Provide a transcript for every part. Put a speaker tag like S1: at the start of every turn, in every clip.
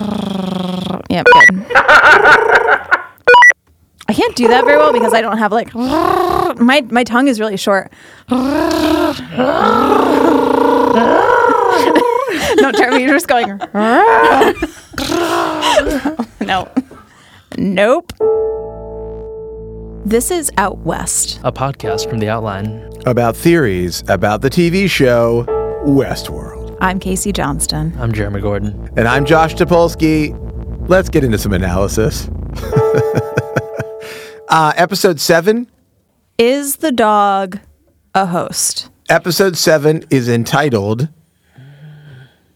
S1: Yep, good. I can't do that very well because I don't have like my my tongue is really short. no, Jeremy, you're just going. no, nope. This is out west.
S2: a podcast from the outline.
S3: About theories about the TV show Westworld.
S1: I'm Casey Johnston.
S2: I'm Jeremy Gordon.
S3: And I'm Josh Topolsky. Let's get into some analysis. uh, episode seven.
S1: Is the dog a host?
S3: Episode seven is entitled.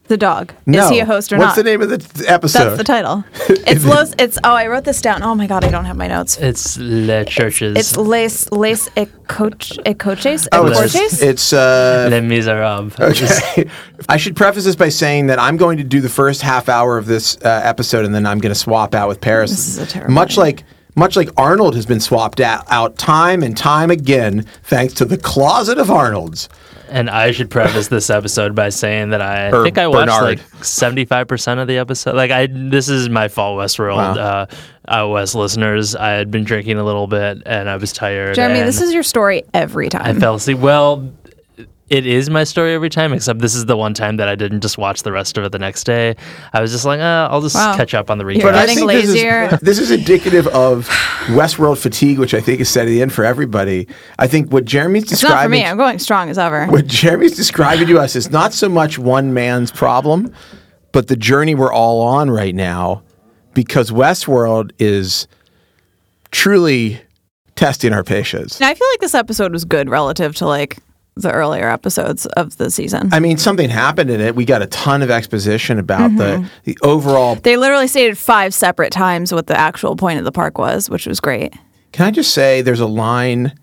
S1: The dog.
S3: No.
S1: Is he a host or
S3: What's
S1: not?
S3: the name of the t- episode?
S1: That's the title. It's Los. It's oh, I wrote this down. Oh my god, I don't have my notes.
S2: It's Le Churches.
S1: It's Les Les Ecoches Ecoches
S3: Oh,
S1: Ecoches?
S3: it's, it's uh,
S2: Les Miserables.
S3: Okay. I should preface this by saying that I'm going to do the first half hour of this uh, episode, and then I'm going to swap out with Paris.
S1: This is a terrible
S3: much
S1: idea.
S3: like much like Arnold has been swapped out, out time and time again, thanks to the closet of Arnold's.
S2: And I should preface this episode by saying that I
S3: Or
S2: think I watched
S3: Bernard.
S2: like seventy five percent of the episode. Like I, this is my fault, Westworld. Uh, out West listeners, I had been drinking a little bit and I was tired.
S1: Jeremy, this
S2: and
S1: is your story every time.
S2: I fell asleep. Well, it is my story every time, except this is the one time that I didn't just watch the rest of it the next day. I was just like, uh, I'll just
S1: Wow.
S2: catch up on the recap.
S1: You're
S3: I
S1: getting
S3: think this is-
S1: lazier.
S3: This is, indicative of Westworld fatigue, which I think is setting in for everybody. I think what Jeremy's
S1: it's not for
S3: describing
S1: me. I'm going strong as ever.
S3: what Jeremy's describing to us is not so much one man's problem, but the journey we're all on right now, because Westworld is truly testing our patience.
S1: Now I feel like this episode was good relative to like the earlier episodes of the season.
S3: I mean, something happened in it. We got a ton of exposition about
S1: Mm-hmm.
S3: the the overall.
S1: they literally stated five separate times what the actual point of the park was, which was great.
S3: Can I just say, there's a line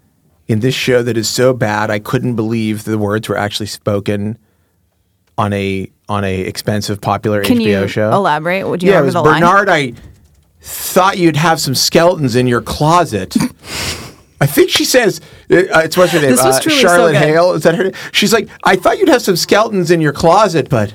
S3: in this show that is so bad I couldn't believe the words were actually spoken on a on a expensive popular
S1: Can
S3: HBO
S1: you
S3: show.
S1: elaborate? Would you
S3: yeah, it
S1: remember
S3: was
S1: the line?
S3: Bernard. I thought you'd have some skeletons in your closet. I think she says uh, it's what's her name.
S1: This was
S3: uh,
S1: truly so
S3: Charlotte
S1: good.
S3: Hale. Is that her? name? She's like, I thought you'd have some skeletons in your closet, but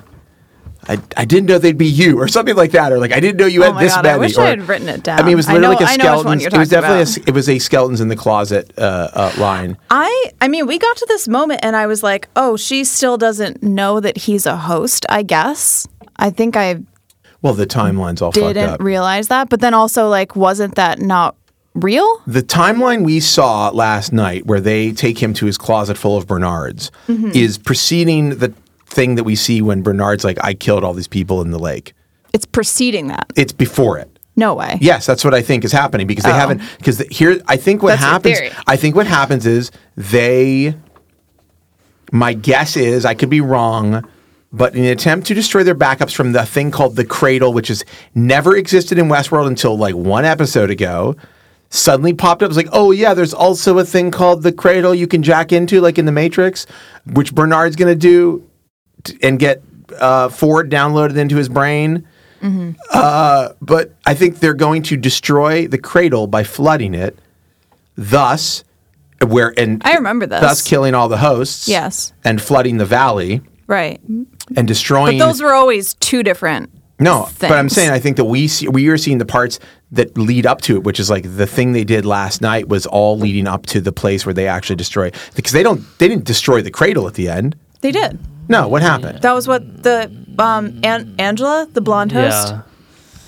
S3: I, I didn't know they'd be you, or something like that, or like I didn't know you
S1: Oh
S3: had
S1: my
S3: this
S1: God, I
S3: many.
S1: wish
S3: or,
S1: I had written it down.
S3: I mean, it was
S1: I
S3: literally
S1: know-
S3: like a
S1: I know which one
S3: skeleton.
S1: you're
S3: It was
S1: talking
S3: definitely a,
S1: about.
S3: s- it was a skeletons in the closet uh, uh, line.
S1: I I mean, we got to this moment and I was like, "Oh, she still doesn't know that he's a host, I guess." I think I
S3: Well, the timeline's all fucked up.
S1: didn't realize that, but then also like wasn't that not real?
S3: the timeline we saw last night, where they take him to his closet full of Bernards, is preceding the thing that we see when Bernard's like, "I killed all these people in the lake."
S1: It's preceding that.
S3: It's before it.
S1: No way.
S3: Yes, that's what I think is happening because they haven't. Because here, I think what
S1: Oh. That's your
S3: happens.
S1: theory.
S3: I think what happens is they. My guess is I could be wrong, but in an attempt to destroy their backups from the thing called the Cradle, which has never existed in Westworld until like one episode ago, suddenly popped up. It's like, oh yeah, there's also a thing called the Cradle you can jack into, like in the Matrix, which Bernard's gonna do t- and get uh, Ford downloaded into his brain
S1: Mm-hmm.
S3: Uh, but I think they're going to destroy the cradle by flooding it, thus where and
S1: I remember this.
S3: thus killing all the hosts.
S1: Yes.
S3: and flooding the valley
S1: Right.
S3: and
S1: But
S3: destroying.
S1: those were always two different.
S3: no, but I'm
S1: things.
S3: saying I think that we see, we are seeing the parts that lead up to it, which is like the thing they did last night was all leading up to the place where they actually destroy because they don't they didn't destroy the cradle at the end.
S1: They did.
S3: No, what happened?
S1: That was what the um An- Angela, the blonde host.
S2: Yeah.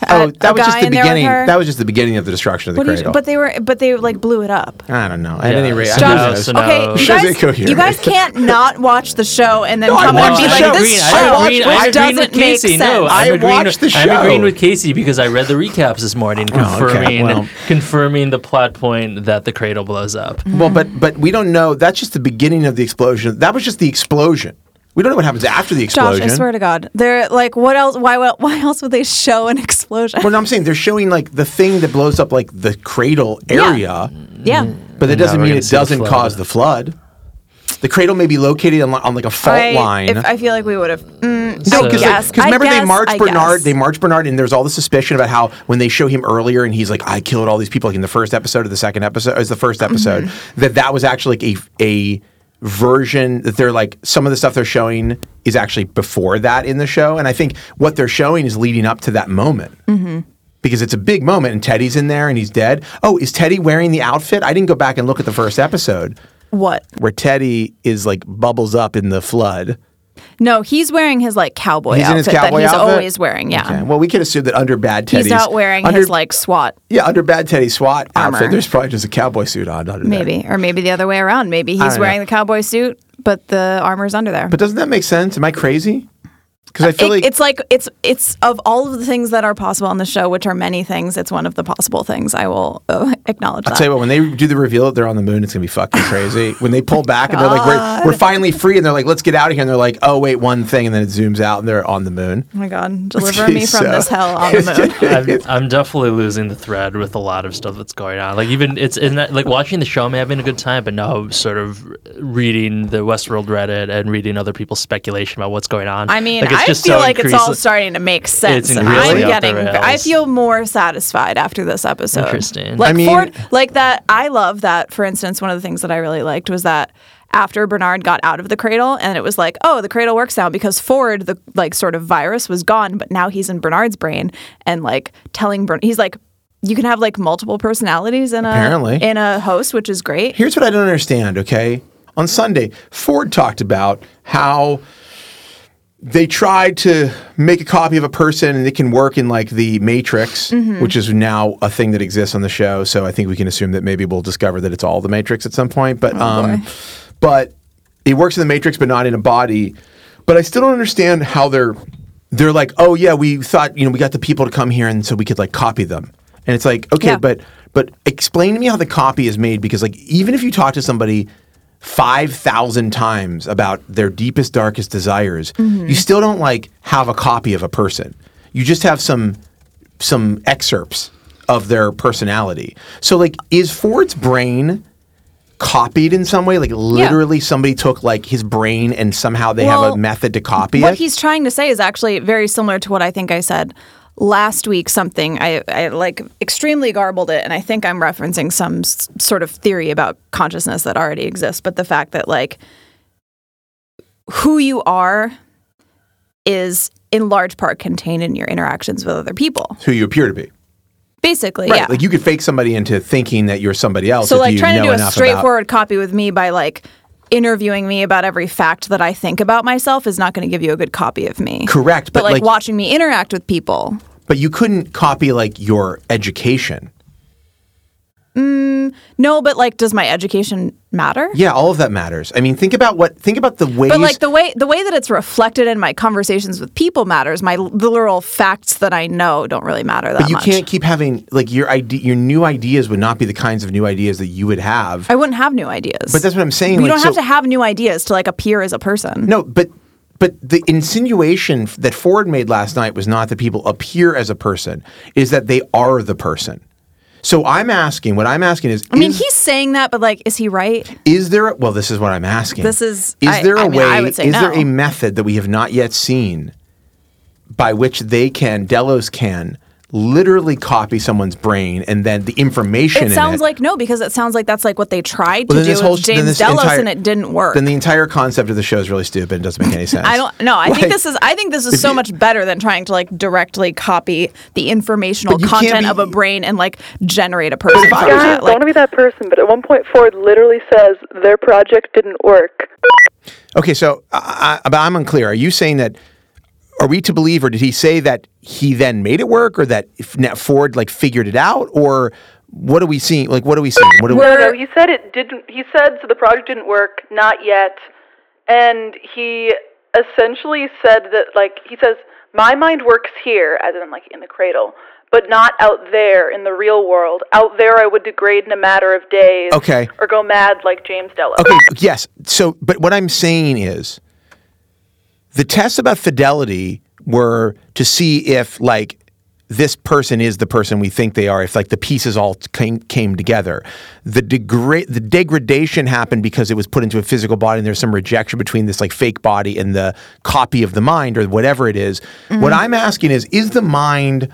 S3: oh,
S1: had
S3: that
S1: a
S3: was just
S1: guy
S3: the
S1: in there with
S3: beginning.
S1: her.
S3: That was just the beginning of the destruction of the
S1: What do you,
S3: cradle.
S1: but they were but they like blew it up.
S3: I don't know. At
S2: Yeah.
S3: any rate,
S2: Josh-
S3: I don't know.
S2: so now-
S1: okay,
S2: no.
S1: you
S3: Shows it
S1: guys,
S3: coherent.
S1: you guys can't not watch the show and then
S3: No, I
S1: come and
S2: Uh,
S3: watched
S1: be
S3: the
S1: like,
S3: show.
S1: "This
S3: I
S1: show
S3: watched- I
S2: I'm agreeing
S1: doesn't
S2: with
S1: make
S2: Casey.
S1: sense."
S2: No,
S3: I
S2: I'm agreeing
S3: watched
S2: with,
S3: the
S2: I'm agreeing
S3: show. Oh,
S2: with Casey because I read the recaps this morning,
S3: okay,
S2: confirming
S3: well.
S2: confirming the plot point that the cradle blows up.
S3: Oh,
S1: Mm.
S3: Well, but but we don't know. That's just the beginning of the explosion. That was just the explosion. We don't know what happens after the
S1: Josh,
S3: explosion.
S1: I swear to God, they're like, what else? Why? Why else would they show an explosion?
S3: Well, no, I'm saying they're showing like the thing that blows up like the cradle
S1: Yeah.
S3: area,
S1: yeah.
S3: but that
S2: Now
S3: doesn't
S2: we're
S3: mean
S2: gonna
S3: it
S2: see the
S3: doesn't
S2: flood.
S3: cause the flood. The cradle may be located on, li- on like a fault
S1: I,
S3: line.
S1: If, I feel like we would have. Mm,
S2: No,
S1: I
S2: 'cause it-
S1: guess.
S3: because
S1: I
S3: remember they
S1: guess,
S3: marched
S1: I
S3: Bernard.
S1: guess.
S3: They marched Bernard, and there's all the suspicion about how when they show him earlier, and he's like, "I
S1: Mm-hmm.
S3: killed all these people," like in the first episode or the second episode, is the first episode that that was actually like a a version that they're like some of the stuff they're showing is actually before that in the show, and I think what they're showing is leading up to that moment.
S1: Mm-hmm.
S3: Because it's a big moment, and Teddy's in there, and he's dead. Oh, is Teddy wearing the outfit? I didn't go back and look at the first episode
S1: What?
S3: where Teddy is like bubbles up in the flood.
S1: No, he's wearing his like cowboy
S3: He's in
S1: outfit
S3: his cowboy
S1: that he's
S3: outfit?
S1: always wearing. Yeah.
S3: Okay. Well, we can assume that under bad Teddy's
S1: He's out wearing
S3: under,
S1: his like SWAT,
S3: yeah under bad Teddy SWAT outfit.
S1: Armor.
S3: There's probably just a cowboy suit on under there.
S1: maybe, or maybe the other way around. Maybe
S3: don't
S1: he's
S3: know.
S1: wearing the cowboy suit, but the armor's under there.
S3: But doesn't that make sense? Am I crazy? Because I feel
S1: Uh, It-
S3: like
S1: it's like it's it's of all of the things that are possible on the show, which are many things. It's one of the possible things. I will uh, acknowledge
S3: I'll
S1: that.
S3: tell you what, when they do the reveal that they're on the moon, it's gonna be fucking crazy. when they pull back and they're like, we're, we're finally free, and they're like, let's get out of here, and they're like, oh wait, one thing, and then it zooms out, and they're on the moon.
S1: oh my god, deliver me from
S3: So-
S1: this hell on the moon.
S2: I'm, I'm definitely losing the thread with a lot of stuff that's going on. Like even it's in that, like watching the show, I'm having a good time, but now I'm sort of reading the Westworld Reddit and reading other people's speculation about what's going on.
S1: I mean,
S2: Like, it's
S1: I feel
S2: just so
S1: like it's all
S2: increasingly-
S1: starting to make sense.
S2: increasingly
S3: up
S1: I'm
S3: the
S1: getting. I
S2: rails.
S1: feel more satisfied after this episode.
S2: Interesting.
S1: Like
S3: I mean-
S1: Ford, like that. I love that. For instance, one of the things that I really liked was that after Bernard got out of the cradle, and it was like, oh, the cradle works now because Ford, the like sort of virus, was gone, but now he's in Bernard's brain, and like telling Bernard, he's like. You can have like multiple personalities in a
S3: Apparently.
S1: in a host, which is great.
S3: Here's what I don't understand, okay? On Sunday, Ford talked about how they tried to make a copy of a person and it can work in like the Matrix, which is now a thing that exists on the show. So I think we can assume that maybe we'll discover that it's all the Matrix at some point. But um, but it works in the Matrix, but not in a body. But I still don't understand how they're they're like, oh yeah, we thought you know we got the people to come here and so we could like copy them. And it's like, okay,
S1: Yeah.
S3: but but explain to me how the copy is made because like even if you talk to somebody 5,000 times about their deepest darkest desires,
S1: Mm-hmm.
S3: you still don't like have a copy of a person. You just have some some excerpts of their personality. So like is Ford's brain copied in some way like literally somebody took like his brain and somehow they have
S1: Well,
S3: a method to copy
S1: what
S3: it?
S1: he's trying to say is actually very similar to what I think I said last week. Something I, I like extremely garbled it, and I think I'm referencing some s- sort of theory about consciousness that already exists. But the fact that like who you are is in large part contained in your interactions with other people.
S3: who you appear to be.
S1: Basically,
S3: Right.
S1: yeah.
S3: Like you could fake somebody into thinking that you're somebody else.
S1: So
S3: if
S1: like
S3: you
S1: trying
S3: know
S1: to do a
S3: enough about-
S1: straightforward copy with me by like interviewing me about every fact that I think about myself is not going to give you a good copy of me.
S3: Correct,
S1: But,
S3: but,
S1: like,
S3: like-
S1: watching me interact with people.
S3: but you couldn't copy like your education.
S1: No, but like does my education matter?
S3: Yeah, all of that matters. I mean, think about what think about the ways
S1: But like the way the way that it's reflected in my conversations with people matters. My literal facts that I know don't really matter that
S3: you
S1: much.
S3: can't keep having like your idea your new ideas would not be the kinds of new ideas that you would have.
S1: I wouldn't have new ideas.
S3: but that's what I'm saying.
S1: you
S3: like,
S1: don't have
S3: so-
S1: to have new ideas to like appear as a person.
S3: No, but but the insinuation f- that Ford made last night was not that people appear as a person, is that they are the person. So I'm asking, what I'm asking is,
S1: I mean,
S3: is,
S1: he's saying that, but like, is he right?
S3: is there? a- Well, this is what I'm asking.
S1: This is-
S3: Is
S1: I-
S3: there a
S1: I mean,
S3: way?
S1: I would say
S3: is there
S1: no.
S3: a method that we have not yet seen by which they can Delos can literally copy someone's brain and then the information?
S1: It
S3: in
S1: sounds
S3: it,
S1: like no, because it sounds like that's like what they tried to
S3: Well, then
S1: do
S3: this whole
S1: with
S3: sh- then
S1: James
S3: this
S1: Delos,
S3: entire-
S1: and it didn't work.
S3: then the entire concept of the show is really stupid. and doesn't make any sense.
S1: I don't know. I
S3: Like-
S1: think this is. I think this is so much better than trying to like directly copy the informational
S3: But you can't
S1: content
S3: be-
S1: of a brain and like generate a person.
S3: if I
S1: from
S3: was-
S1: that.
S4: Guys,
S1: Like,
S4: want to be that person, but at one point Ford literally says their project didn't work.
S3: Okay, so I, I, but I'm unclear. Are you saying that? Are we to believe, or did he say that he then made it work, or that if Nat Ford like figured it out, or what are we seeing? Like, what are we seeing? What are we,
S1: We're-
S4: No, no, he said it didn't. He said so the project didn't work, not yet, and he essentially said that like he says my mind works here, as in like in the cradle, but not out there in the real world. Out there, I would degrade in a matter of days.
S3: Okay.
S4: Or go mad like James Delos.
S3: okay, yes. So, but what I'm saying is, the tests about fidelity were to see if like this person is the person we think they are if like the pieces all came, came together the degra- the degradation happened because it was put into a physical body and there's some rejection between this like fake body and the copy of the mind or whatever it is. what i'm asking is is the mind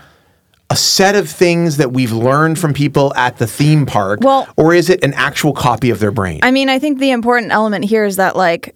S3: a set of things that we've learned from people at the theme park?
S1: Well-
S3: or is it an actual copy of their brain?
S1: I mean, I think the important element here is that like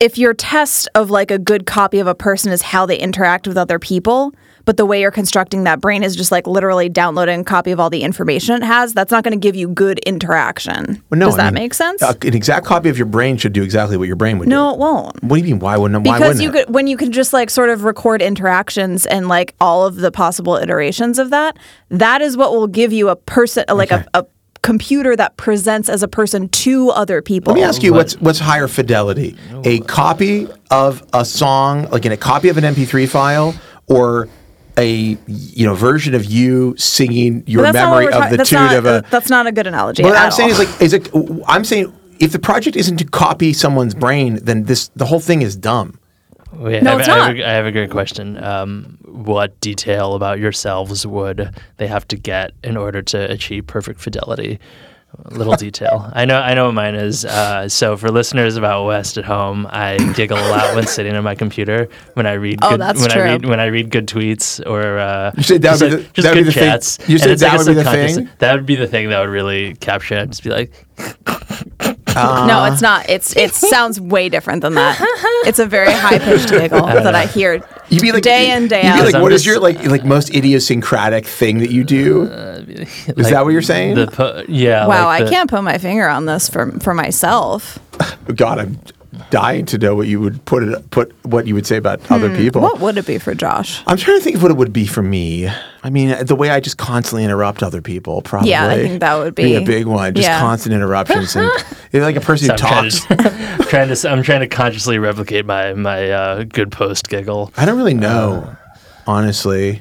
S1: if your test of like a good copy of a person is how they interact with other people, but the way you're constructing that brain is just like literally downloading a copy of all the information it has, that's not going to give you good interaction.
S3: Well, no,
S1: Does
S3: I
S1: that
S3: mean,
S1: make sense?
S3: a- an exact copy of your brain should do exactly what your brain would
S1: no,
S3: do.
S1: it won't.
S3: What do you mean? Why wouldn't? why
S1: Because
S3: wouldn't
S1: you
S3: it?
S1: could when you can just like sort of record interactions and like all of the possible iterations of that, that is what will give you a person like
S3: Okay.
S1: a, a computer that presents as a person to other people.
S3: Let me ask you what's what's higher fidelity? A copy of a song, like in a copy of an MP3 file, or a you know version of you singing your
S1: But that's not what
S3: memory
S1: we're
S3: of
S1: talking-
S3: the
S1: that's
S3: tune
S1: not-
S3: of a.
S1: That's not a good analogy.
S3: But what
S1: at
S3: I'm saying
S1: all.
S3: is like is it? I'm saying if the project isn't to copy someone's brain, then this the whole thing is dumb.
S2: Wait,
S1: No,
S2: I, have,
S1: it's
S2: I have
S1: not.
S2: a- I have a great question. Um, what detail about yourselves would they have to get in order to achieve perfect fidelity? Little detail. I know. I know. What mine is. Uh, so for listeners of out west at home, I giggle a lot when sitting on my computer when I read.
S1: Oh,
S2: good,
S1: that's
S2: when
S1: true.
S2: I read when I read good tweets or uh,
S3: You said that
S2: just,
S3: would be
S2: like-
S3: the-
S2: just
S3: that would be
S2: good
S3: the thing-
S2: chats.
S3: you
S2: and
S3: said
S2: it's
S3: that
S2: a
S3: would be the
S2: subconscious-
S3: thing?
S2: That would be the thing that would really capture. it. I'd just be like,
S3: uh.
S1: no, it's not. It's it sounds way different than that. It's a very high pitched giggle that I hear
S3: You'd be like
S1: day in day
S3: you'd
S1: out.
S3: Be like,
S2: I'm
S3: what is
S2: just- Uh,
S3: your like like most idiosyncratic thing that you do? is
S2: like,
S3: that what you're saying?
S2: The po- yeah.
S1: wow,
S2: like
S1: I
S2: the-
S1: can't put my finger on this for for myself.
S3: God, I'm dying to know what you would put it put what you would say about other people.
S1: What would it be for Josh?
S3: I'm trying to think of what it would be for me. I mean, the way I just constantly interrupt other people probably.
S1: Yeah, I think that would
S3: a
S1: be-
S3: big one. Just
S1: yeah.
S3: constant interruptions and you're like a person who
S2: I'm trying,
S3: talks.
S2: to, trying to- I'm trying to consciously replicate my my uh, good post giggle.
S3: I don't really know, honestly.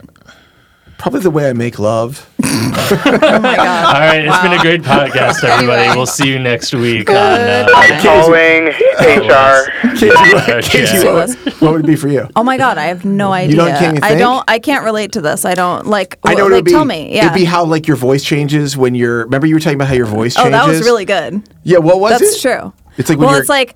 S3: Probably the way I make love.
S1: Oh my god.
S2: All right, it's been a great podcast, everybody.
S1: Anyway.
S2: We'll see you next week on uh,
S5: Calling HR.
S3: uh, Casey, what, would- what would it be for you?
S1: Oh my god, I have no idea.
S3: don't- can you
S1: I
S3: think?
S1: don't I can't relate to this. I don't like
S3: I know
S1: like,
S3: it would be.
S1: tell me. Yeah.
S3: It'd be how like your voice changes when you're. Remember you were talking about how your voice
S1: oh,
S3: changes.
S1: that was really good.
S3: Yeah, what was it?
S1: That's true.
S3: It's like when
S1: well,
S3: you're-
S1: it's like,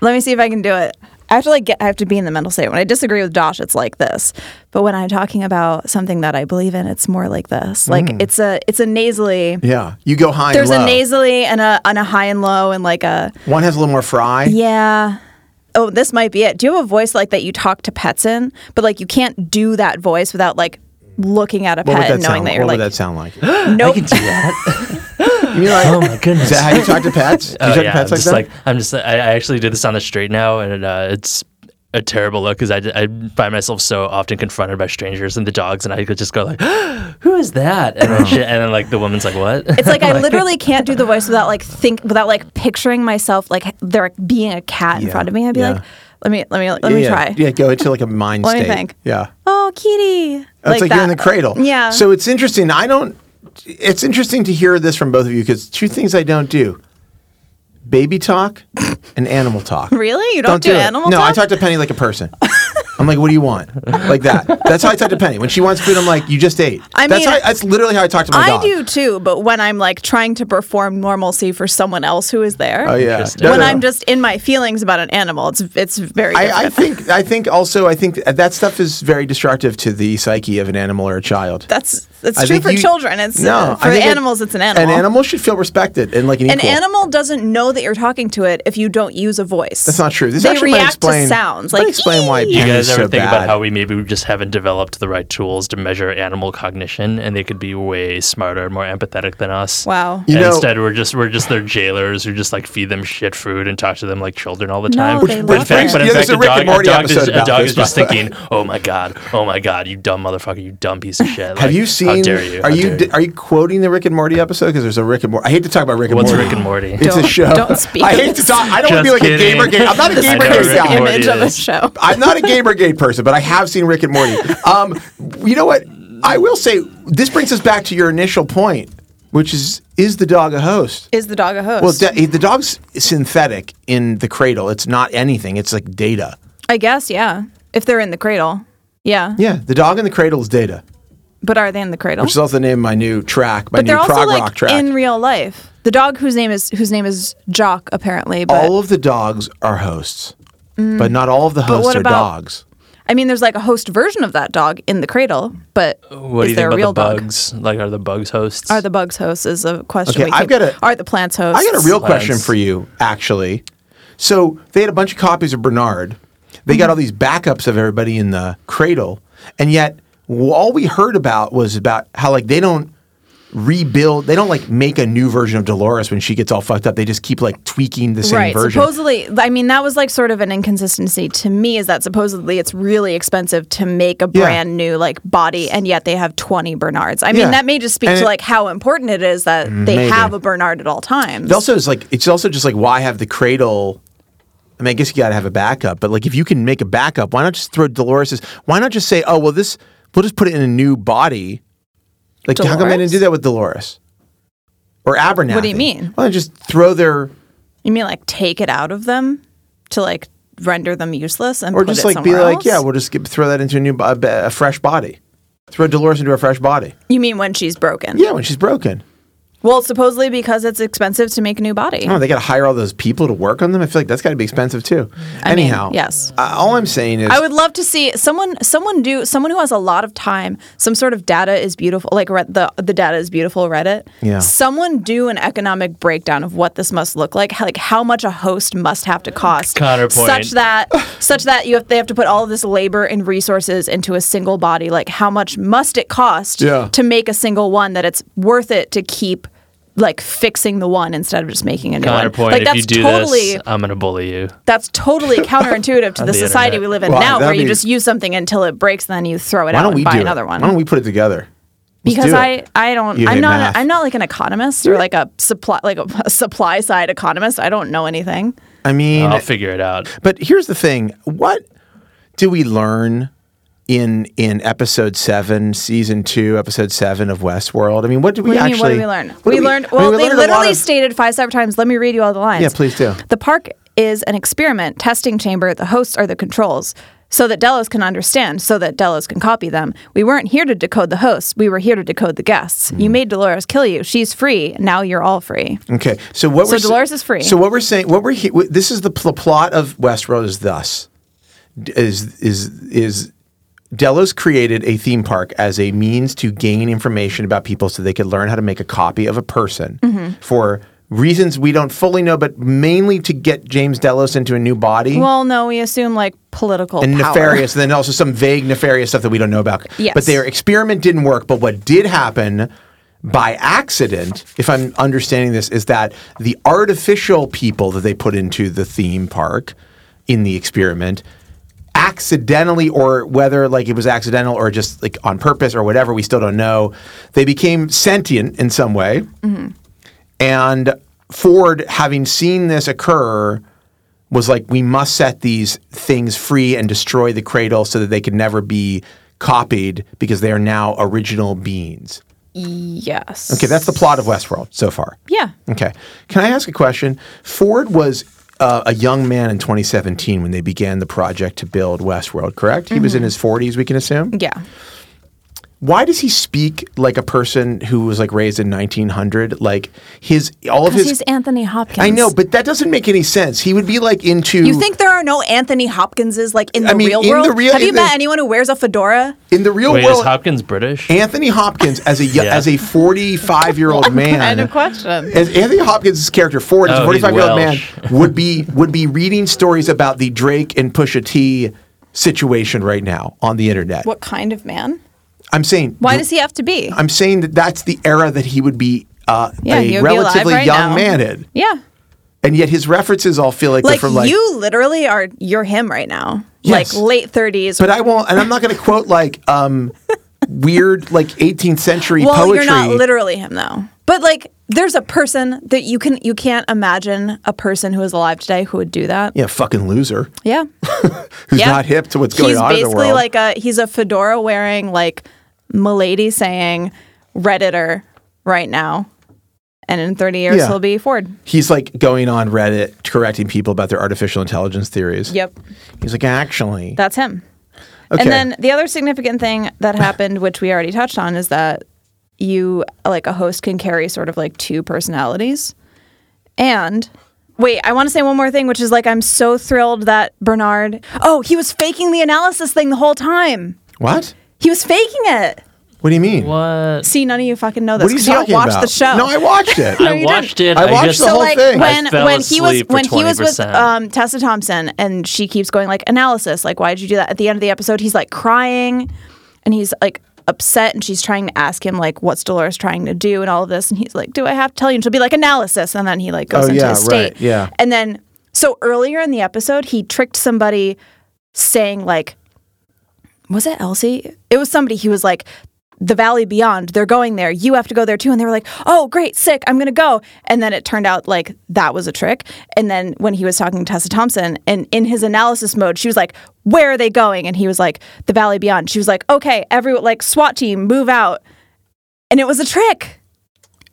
S1: let me see if I can do it. I have to like get. I have to be in the mental state. When I disagree with Josh, it's like this. But when I'm talking about something that I believe in, it's more like this. Like it's a it's a nasally.
S3: Mm. Yeah, you go high.
S1: There's
S3: and low.
S1: a nasally and a and a high and low and like a
S3: One has a little more fry.
S1: yeah. Oh, this might be it. Do you have a voice like that you talk to pets in, but like you can't do that voice without like looking at a
S3: What would
S1: pet
S3: that
S1: and knowing
S3: sound?
S1: that
S3: like?
S1: you're
S3: what
S1: like
S3: would that sound like? you
S1: nope.
S3: mean like?
S2: Oh my goodness.
S3: Is that how you talk to pets? Do you
S2: Oh,
S3: talk
S2: yeah,
S3: to
S2: I'm
S3: pets like
S2: just
S3: that?
S2: like I'm just. I, I actually did this on the street now, and uh, it's a terrible look because I, d- I find myself so often confronted by strangers and the dogs, and I could just go like, "Who is that?" And
S3: Oh.
S2: then, shit, and then like the woman's like, "What?"
S1: It's like I literally can't do the voice without like think without like picturing myself like there being a cat in
S3: Yeah,
S1: front of me. I'd be
S3: yeah.
S1: like, let me let me let me
S3: yeah,
S1: try.
S3: Yeah, go into like a mind
S1: Let me
S3: state.
S1: think.
S3: Yeah.
S1: Oh, kitty.
S3: It's like, you're in the
S1: that.
S3: cradle.
S1: Yeah.
S3: So it's interesting. I don't. It's interesting to hear this from both of you because two things I don't do: baby talk and animal talk.
S1: Really? You don't do
S3: it.
S1: animal
S3: No, I
S1: talk?
S3: talk to Penny like a person. I'm like, what do you want? Like that. That's how I talk to Penny. When she wants food, I'm like, you just ate.
S1: I
S3: that's
S1: mean,
S3: how, that's literally how I talk to my
S1: I
S3: dog.
S1: do too, but when I'm like trying to perform normalcy for someone else who is there.
S3: Oh yeah.
S2: Interesting.
S3: No,
S1: When
S3: no,
S1: I'm
S3: no.
S1: just in my feelings about an animal, it's it's very.
S3: I, I
S1: different.
S3: think I think also I think that, that stuff is very destructive to the psyche of an animal or a child.
S1: that's it's
S3: I
S1: true
S3: think
S1: for
S3: you-
S1: children. It's uh,
S3: I
S1: for
S3: think it-
S1: animals. it's an animal.
S3: An animal should feel respected and like an
S1: An
S3: equal.
S1: animal doesn't know that you're talking to it if you don't use a voice.
S3: That's not true. This
S1: they
S3: actually might
S1: react
S3: explain
S1: to sounds.
S3: might
S1: Like
S3: explain why
S1: "Ee!"
S2: Do you
S3: Yeah,
S2: guys
S3: it's
S2: ever
S3: so
S2: think
S3: bad.
S2: about how we maybe we just haven't developed the right tools to measure animal cognition, and they could be way smarter, more empathetic than us?
S1: Wow.
S3: You
S2: And
S3: know-
S2: instead, we're just we're just their jailers who just like feed them shit food and talk to them like children all the time.
S1: they Which- love
S2: in fact,
S1: it.
S2: but in
S3: Yeah,
S2: fact,
S3: there's a
S2: a
S3: Rick
S2: dog,
S3: and Morty
S2: a dog is,
S3: episode
S2: a
S3: about
S2: dog
S3: this,
S2: is just
S3: by the way.
S2: thinking, "Oh my god, oh my god, you dumb motherfucker, you dumb piece of shit."
S3: Have
S2: Like,
S3: you
S2: How
S3: seen?
S2: dare you?
S3: Are
S2: How
S3: you
S2: dare
S3: di- are you quoting the Rick and Morty episode? Because there's a Rick and Morty. I hate to talk about Rick and
S2: What's
S3: Morty.
S2: Rick and Morty?
S3: It's a
S1: Don't-
S3: show.
S1: don't speak
S3: I
S1: of
S3: hate to
S1: this.
S3: talk. I don't want to be
S2: Just
S3: like a
S2: kidding.
S3: gamer gay. I'm not a
S2: This
S3: gamer
S2: is
S3: gay
S2: Rick
S1: the
S2: and
S3: guy.
S2: Morty
S1: image of a
S2: is.
S1: show.
S3: I'm not a Gamergate person, but I have seen Rick and Morty. Um, you know what? I will say this brings us back to your initial point, which is: is the dog a host?
S1: Is the dog a host?
S3: Well, de- the dog's synthetic in the cradle. It's not anything. It's like data.
S1: I guess, yeah. If they're in the cradle. Yeah.
S3: Yeah, the dog in the cradle is data,
S1: But are they in the cradle?
S3: which is also the name of my new track, my
S1: but
S3: new
S1: they're also
S3: prog
S1: like
S3: rock track.
S1: in real life. The dog whose name is whose name is Jock apparently, but
S3: all of the dogs are hosts, Mm. but not all of the hosts
S1: what
S3: are
S1: about-
S3: dogs.
S1: I mean, there's like a host version of that dog in the cradle, but
S2: What do
S1: is
S2: you
S1: there
S2: think
S1: a
S2: about
S1: real
S2: the
S1: dog?
S2: bugs? Like, are the bugs hosts?
S1: Are the bugs hosts is a question.
S3: Okay,
S1: we
S3: I've
S1: keep-
S3: got a-
S1: Are the plants hosts?
S3: I got a real
S2: Plants.
S3: question for you, actually. So they had a bunch of copies of Bernard. They got all these backups of everybody in the cradle, and yet w- all we heard about was about how like they don't rebuild. They don't like make a new version of Dolores when she gets all fucked up. They just keep like tweaking the same
S1: right.
S3: version.
S1: Supposedly, I mean, that was like sort of an inconsistency to me is that supposedly it's really expensive to make a
S3: Yeah.
S1: brand new like body, and yet they have 20 Bernards. I mean,
S3: Yeah.
S1: that may just speak
S3: And
S1: to
S3: it-
S1: like how important it is that they
S3: Maybe.
S1: have a Bernard at all times.
S3: It also is like it's also just like why have the cradle? I mean, I guess you got to have a backup, but like if you can make a backup, why not just throw Dolores's? Why not just say, oh well, this we'll just put it in a new body. Like how come they didn't
S1: Dolores?
S3: do that with Dolores or Abernathy?
S1: What do you mean?
S3: Why not just throw their
S1: you mean like take it out of them to like render them useless and
S3: or
S1: put
S3: just
S1: it
S3: like be
S1: somewhere
S3: like,
S1: else?
S3: yeah, we'll just get, throw that into a new bo- a, be- a fresh body. Throw Dolores into a fresh body.
S1: You mean when she's broken?
S3: Yeah, when she's broken.
S1: Well, supposedly because it's expensive to make a new body.
S3: Oh, they got to hire all those people to work on them. I feel like that's got to be expensive too.
S1: I mean,
S3: Anyhow,
S1: yes.
S3: Uh, all I'm saying is,
S1: I would love to see someone someone do someone who has a lot of time, some sort of data is beautiful, like re- the the data is beautiful Reddit.
S3: Yeah.
S1: Someone do an economic breakdown of what this must look like, how- like how much a host must have to cost,
S2: Counterpoint.
S1: such that such that you have, they have to put all of this labor and resources into a single body. Like how much must it cost
S3: Yeah.
S1: to make a single one that it's worth it to keep. Like fixing the one instead of just making a new one.
S2: Counterpoint,
S1: Like
S2: if you do
S1: totally
S2: this, I'm going to bully you.
S1: that's totally counterintuitive to
S2: On
S1: the,
S2: the
S1: society
S2: internet.
S1: we live in
S3: Well,
S1: now,
S3: that'd
S1: where you
S3: be-
S1: just use something until it breaks, then you throw it
S3: why
S1: out
S3: don't
S1: and
S3: we
S1: buy
S3: do
S1: another
S3: it?
S1: one.
S3: Why don't we put it together? Let's
S1: because
S3: do it.
S1: I, I don't
S3: You hate
S1: I'm not
S3: math.
S1: a, I'm not like an economist or like a supply like a, supply side economist. I don't know anything.
S3: I mean,
S1: Oh.
S2: I'll figure it out.
S3: But here's the thing: what do we learn in in episode seven, season two, episode seven of Westworld? I mean, what did we
S1: What do you mean? What
S3: actually?
S1: did we learn?
S3: what
S1: we,
S3: did
S1: learned.
S3: I mean,
S1: Well,
S3: we
S1: they
S3: learned a lot
S1: literally
S3: of-
S1: stated five separate times. Let me read you all the lines.
S3: Yeah, please do.
S1: The park is an experiment, testing chamber. The hosts are the controls. So that Delos can understand, so that Delos can copy them. We weren't here to decode the hosts. We were here to decode the guests.
S3: Mm.
S1: You made Dolores kill you. She's free. Now you're all free.
S3: Okay, so what?
S1: So
S3: we're sa-
S1: Dolores is free.
S3: So what we're saying, what we're he- wh- this is the pl- plot of Westworld is thus: D- is is is Delos created a theme park as a means to gain information about people, so they could learn how to make a copy of a person
S1: Mm-hmm.
S3: for reasons we don't fully know, but mainly to get James Delos into a new body.
S1: Well, no, we assume like political
S3: and
S1: power.
S3: nefarious, and then also some vague nefarious stuff that we don't know about.
S1: Yes.
S3: But their experiment didn't work. But what did happen by accident, if I'm understanding this, is that the artificial people that they put into the theme park in the experiment accidentally or whether like it was accidental or just like on purpose or whatever we still don't know they became sentient in some way
S1: Mm-hmm.
S3: and Ford, having seen this occur, was like, we must set these things free and destroy the cradle so that they could never be copied because they are now original beings.
S1: Yes.
S3: Okay, that's the plot of Westworld so far.
S1: Yeah.
S3: Okay. Can I ask a question? Ford was uh, a young man in 2017 when they began the project to build Westworld, correct? He was in his 40s, we can assume.
S1: Mm-hmm. Yeah.
S3: Why does he speak like a person who was like raised in 1900? Like his all of
S1: Because
S3: his
S1: he's Anthony Hopkins.
S3: I know, but that doesn't make any sense. He would be like into
S1: You think there are no Anthony Hopkinses like in the
S3: I mean,
S1: real
S3: in the
S1: world?
S3: real-
S1: Have you
S3: in
S1: met
S3: the-
S1: anyone who wears a fedora?
S3: in the real
S2: Wait,
S3: world.
S2: is Hopkins British?
S3: Anthony Hopkins as a yo-
S2: Yeah.
S3: as a forty five year old man.
S1: question.
S3: As Anthony Hopkins' character Ford, as a
S2: Oh,
S3: forty
S2: he's
S3: five year old man,
S2: Welsh.
S3: would be would be reading stories about the Drake and Pusha T situation right now on the internet.
S1: What kind of man?
S3: I'm saying
S1: Why does he have to be?
S3: I'm saying that that's the era that he would be uh,
S1: Yeah, he
S3: a
S1: would be alive
S3: relatively
S1: right
S3: young
S1: now.
S3: man in,
S1: yeah.
S3: and yet his references all feel like,
S1: Like,
S3: they're from like
S1: you literally are you're him right now.
S3: Yes.
S1: Like late 30s.
S3: But I won't, and I'm not going to quote like um, weird like 18th century
S1: well,
S3: poetry.
S1: you're not literally him though. But like there's a person that you can you can't imagine a person who is alive today who would do that.
S3: yeah, fucking loser
S1: Yeah.
S3: who's
S1: Yeah.
S3: not hip to what's going
S1: he's
S3: on in the
S1: basically
S3: world.
S1: like a he's a fedora wearing like milady saying redditor right now and in 30 years
S3: Yeah.
S1: he'll be ford
S3: He's like going on Reddit correcting people about their artificial intelligence theories.
S1: yep
S3: He's like, actually,
S1: that's him
S3: okay.
S1: and then the other significant thing that happened which we already touched on is that you like a host can carry sort of like two personalities and Wait, I want to say one more thing, which is like I'm so thrilled that Bernard. Oh, he was faking the analysis thing the whole time.
S3: What?
S1: He was faking it.
S3: What do you mean?
S2: What?
S1: See, none of you fucking know this
S3: What are you
S1: 'cause you don't
S3: talking
S1: watch
S3: about?
S1: the show.
S3: No, I watched it.
S1: No,
S2: I
S1: you
S2: watched
S1: didn't.
S2: it.
S3: I watched
S2: just,
S3: the
S1: so
S3: whole
S1: like
S3: thing. I
S1: when
S2: fell
S1: when he was
S2: asleep for
S1: when he was with
S2: 20%.
S1: um, Tessa Thompson and she keeps going like analysis like why did you do that at the end of the episode he's like crying and he's like upset and she's trying to ask him like what's Dolores trying to do and all of this and he's like do I have to tell you and she'll be like analysis and then he like goes
S3: Oh,
S1: into
S3: yeah,
S1: his state
S3: right, yeah.
S1: and then so earlier in the episode he tricked somebody saying like was it Elsie? It was somebody. He was like, the valley beyond, they're going there. You have to go there too. And they were like, oh, great, sick, I'm going to go. And then it turned out like that was a trick. And then when he was talking to Tessa Thompson and in his analysis mode, she was like, where are they going? And he was like, the valley beyond. She was like, okay, every like SWAT team, move out. And it was a trick.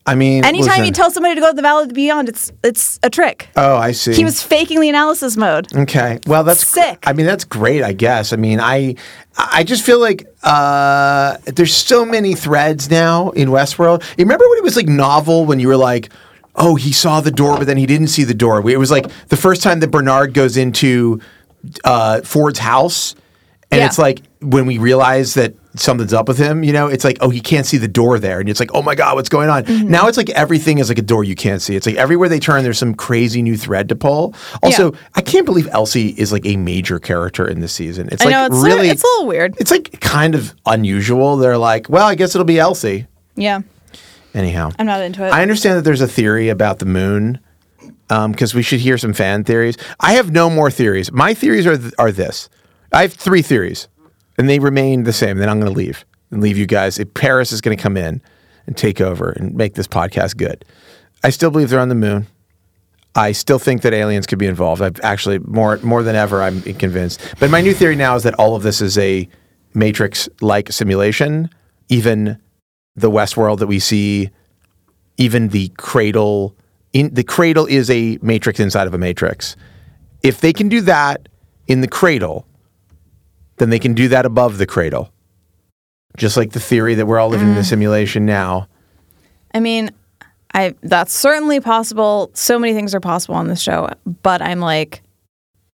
S3: I mean,
S1: Anytime
S3: listen.
S1: you tell somebody to go to the valley beyond, it's it's a trick.
S3: Oh, I see.
S1: He was faking the analysis mode.
S3: Okay. Well, that's
S1: Sick.
S3: I mean, that's great. I guess. I mean, I I just feel like uh, there's so many threads now in Westworld. You remember when it was like novel when you were like. Oh, he saw the door, but then he didn't see the door. We- It was like the first time that Bernard goes into uh, Ford's house, and
S1: Yeah.
S3: it's like when we realize that something's up with him. You know, it's like oh, he can't see the door there, and it's like oh my god, what's going on?
S1: Mm-hmm.
S3: Now it's like everything is like a door you can't see. It's like everywhere they turn, there's some crazy new thread to pull. Also,
S1: Yeah.
S3: I can't believe Elsie is like a major character in this season. It's
S1: I
S3: like
S1: know, it's a-
S3: really,
S1: it's a little weird.
S3: It's like kind of unusual. They're like, well, I guess it'll be Elsie.
S1: Yeah.
S3: Anyhow,
S1: I'm not into it.
S3: I understand that there's a theory about the moon because we should hear some fan theories. I have no more theories. My theories are th- are this. I have three theories, and they remain the same. Then I'm going to leave and leave you guys. If Paris is going to come in and take over and make this podcast good. I still believe they're on the moon. I still think that aliens could be involved. I've actually more more than ever I'm convinced. But my new theory now is that all of this is a matrix like simulation, even the Westworld that we see, even the cradle in the cradle is a matrix inside of a matrix. If they can do that in the cradle, then they can do that above the cradle. Just like the theory that we're all living in
S1: Mm.
S3: a simulation now.
S1: I mean, I that's certainly possible. So many things are possible on this show, but I'm like,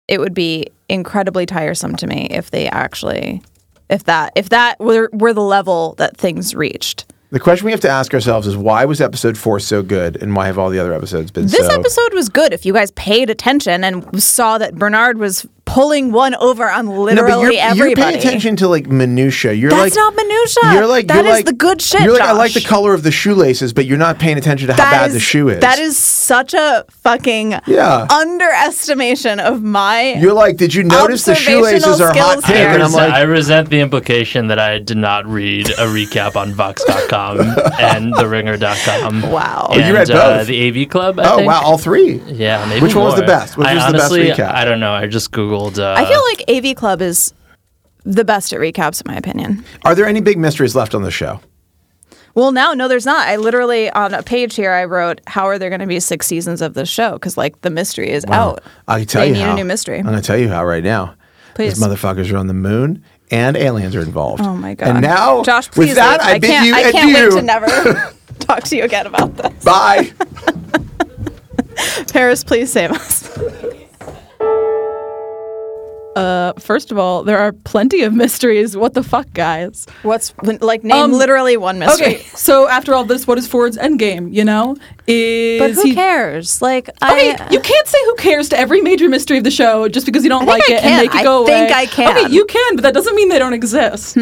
S1: it would be incredibly tiresome to me if they actually, if that, if that were were the level that things reached.
S3: The question we have to ask ourselves is why was episode four so good, and why have all the other episodes been
S1: This
S3: so?
S1: episode was good if you guys paid attention and saw that Bernard was pulling one over on
S3: No,
S1: literally
S3: but you're, you're
S1: everybody.
S3: paying attention to like minutia. You're
S1: That's
S3: like
S1: not minutia.
S3: You're like
S1: That
S3: you're
S1: is
S3: like,
S1: the good shit,
S3: You're like I like the
S1: Josh.
S3: color of the shoelaces, but you're not paying attention to how
S1: That
S3: bad
S1: is-
S3: the shoe is.
S1: That is such a fucking
S3: Yeah.
S1: underestimation of my
S3: You're like, did you notice the shoelaces are
S1: Observational
S3: hot
S1: skills
S3: pink?
S1: here.
S2: I
S3: And I'm
S2: resent, I
S3: like,
S2: resent the implication that I did not read a recap on Vox.com and TheRinger.com.
S1: Wow.
S2: And,
S3: Oh, you read
S2: Uh,
S3: both?
S2: the AV Club. I
S3: oh
S2: think.
S3: wow, all three.
S2: Yeah, maybe
S3: Which one was the
S2: more.
S3: best? Which
S2: I
S3: was the best
S2: honestly,
S3: recap?
S2: I don't know. I just googled. Uh,
S1: I feel like AV Club is the best at recaps, in my opinion.
S3: Are there any big mysteries left on the show?
S1: Well, now, no, there's not. I literally, on a page here, I wrote, How are there going to be six seasons of this show? Because, like, the mystery is out.
S3: I can tell
S1: They
S3: you
S1: need a
S3: how.
S1: new mystery.
S3: I'm going to tell you how right now.
S1: Please.
S3: These motherfuckers are on the moon, and aliens are involved.
S1: Oh, my God.
S3: And now,
S1: Josh, please.
S3: with that,
S1: leave.
S3: I,
S1: I
S3: bid
S1: can't,
S3: you
S1: I can't
S3: adieu.
S1: wait to never talk to you again about this.
S3: Bye.
S1: Paris, please save us.
S6: First of all, there are plenty of mysteries. What the fuck, guys?
S1: What's, like, name
S6: Um,
S1: literally one mystery.
S6: Okay, so after all this, what is Ford's endgame? You know, is
S1: But who
S6: he-
S1: cares? Like,
S6: Okay,
S1: I. uh,
S6: you can't say who cares to every major mystery of the show just because you don't
S1: I think
S6: like
S1: I
S6: it
S1: can.
S6: and make it
S1: I
S6: go away.
S1: think I can. Hmm.
S6: Okay, you can, but that doesn't mean they don't exist.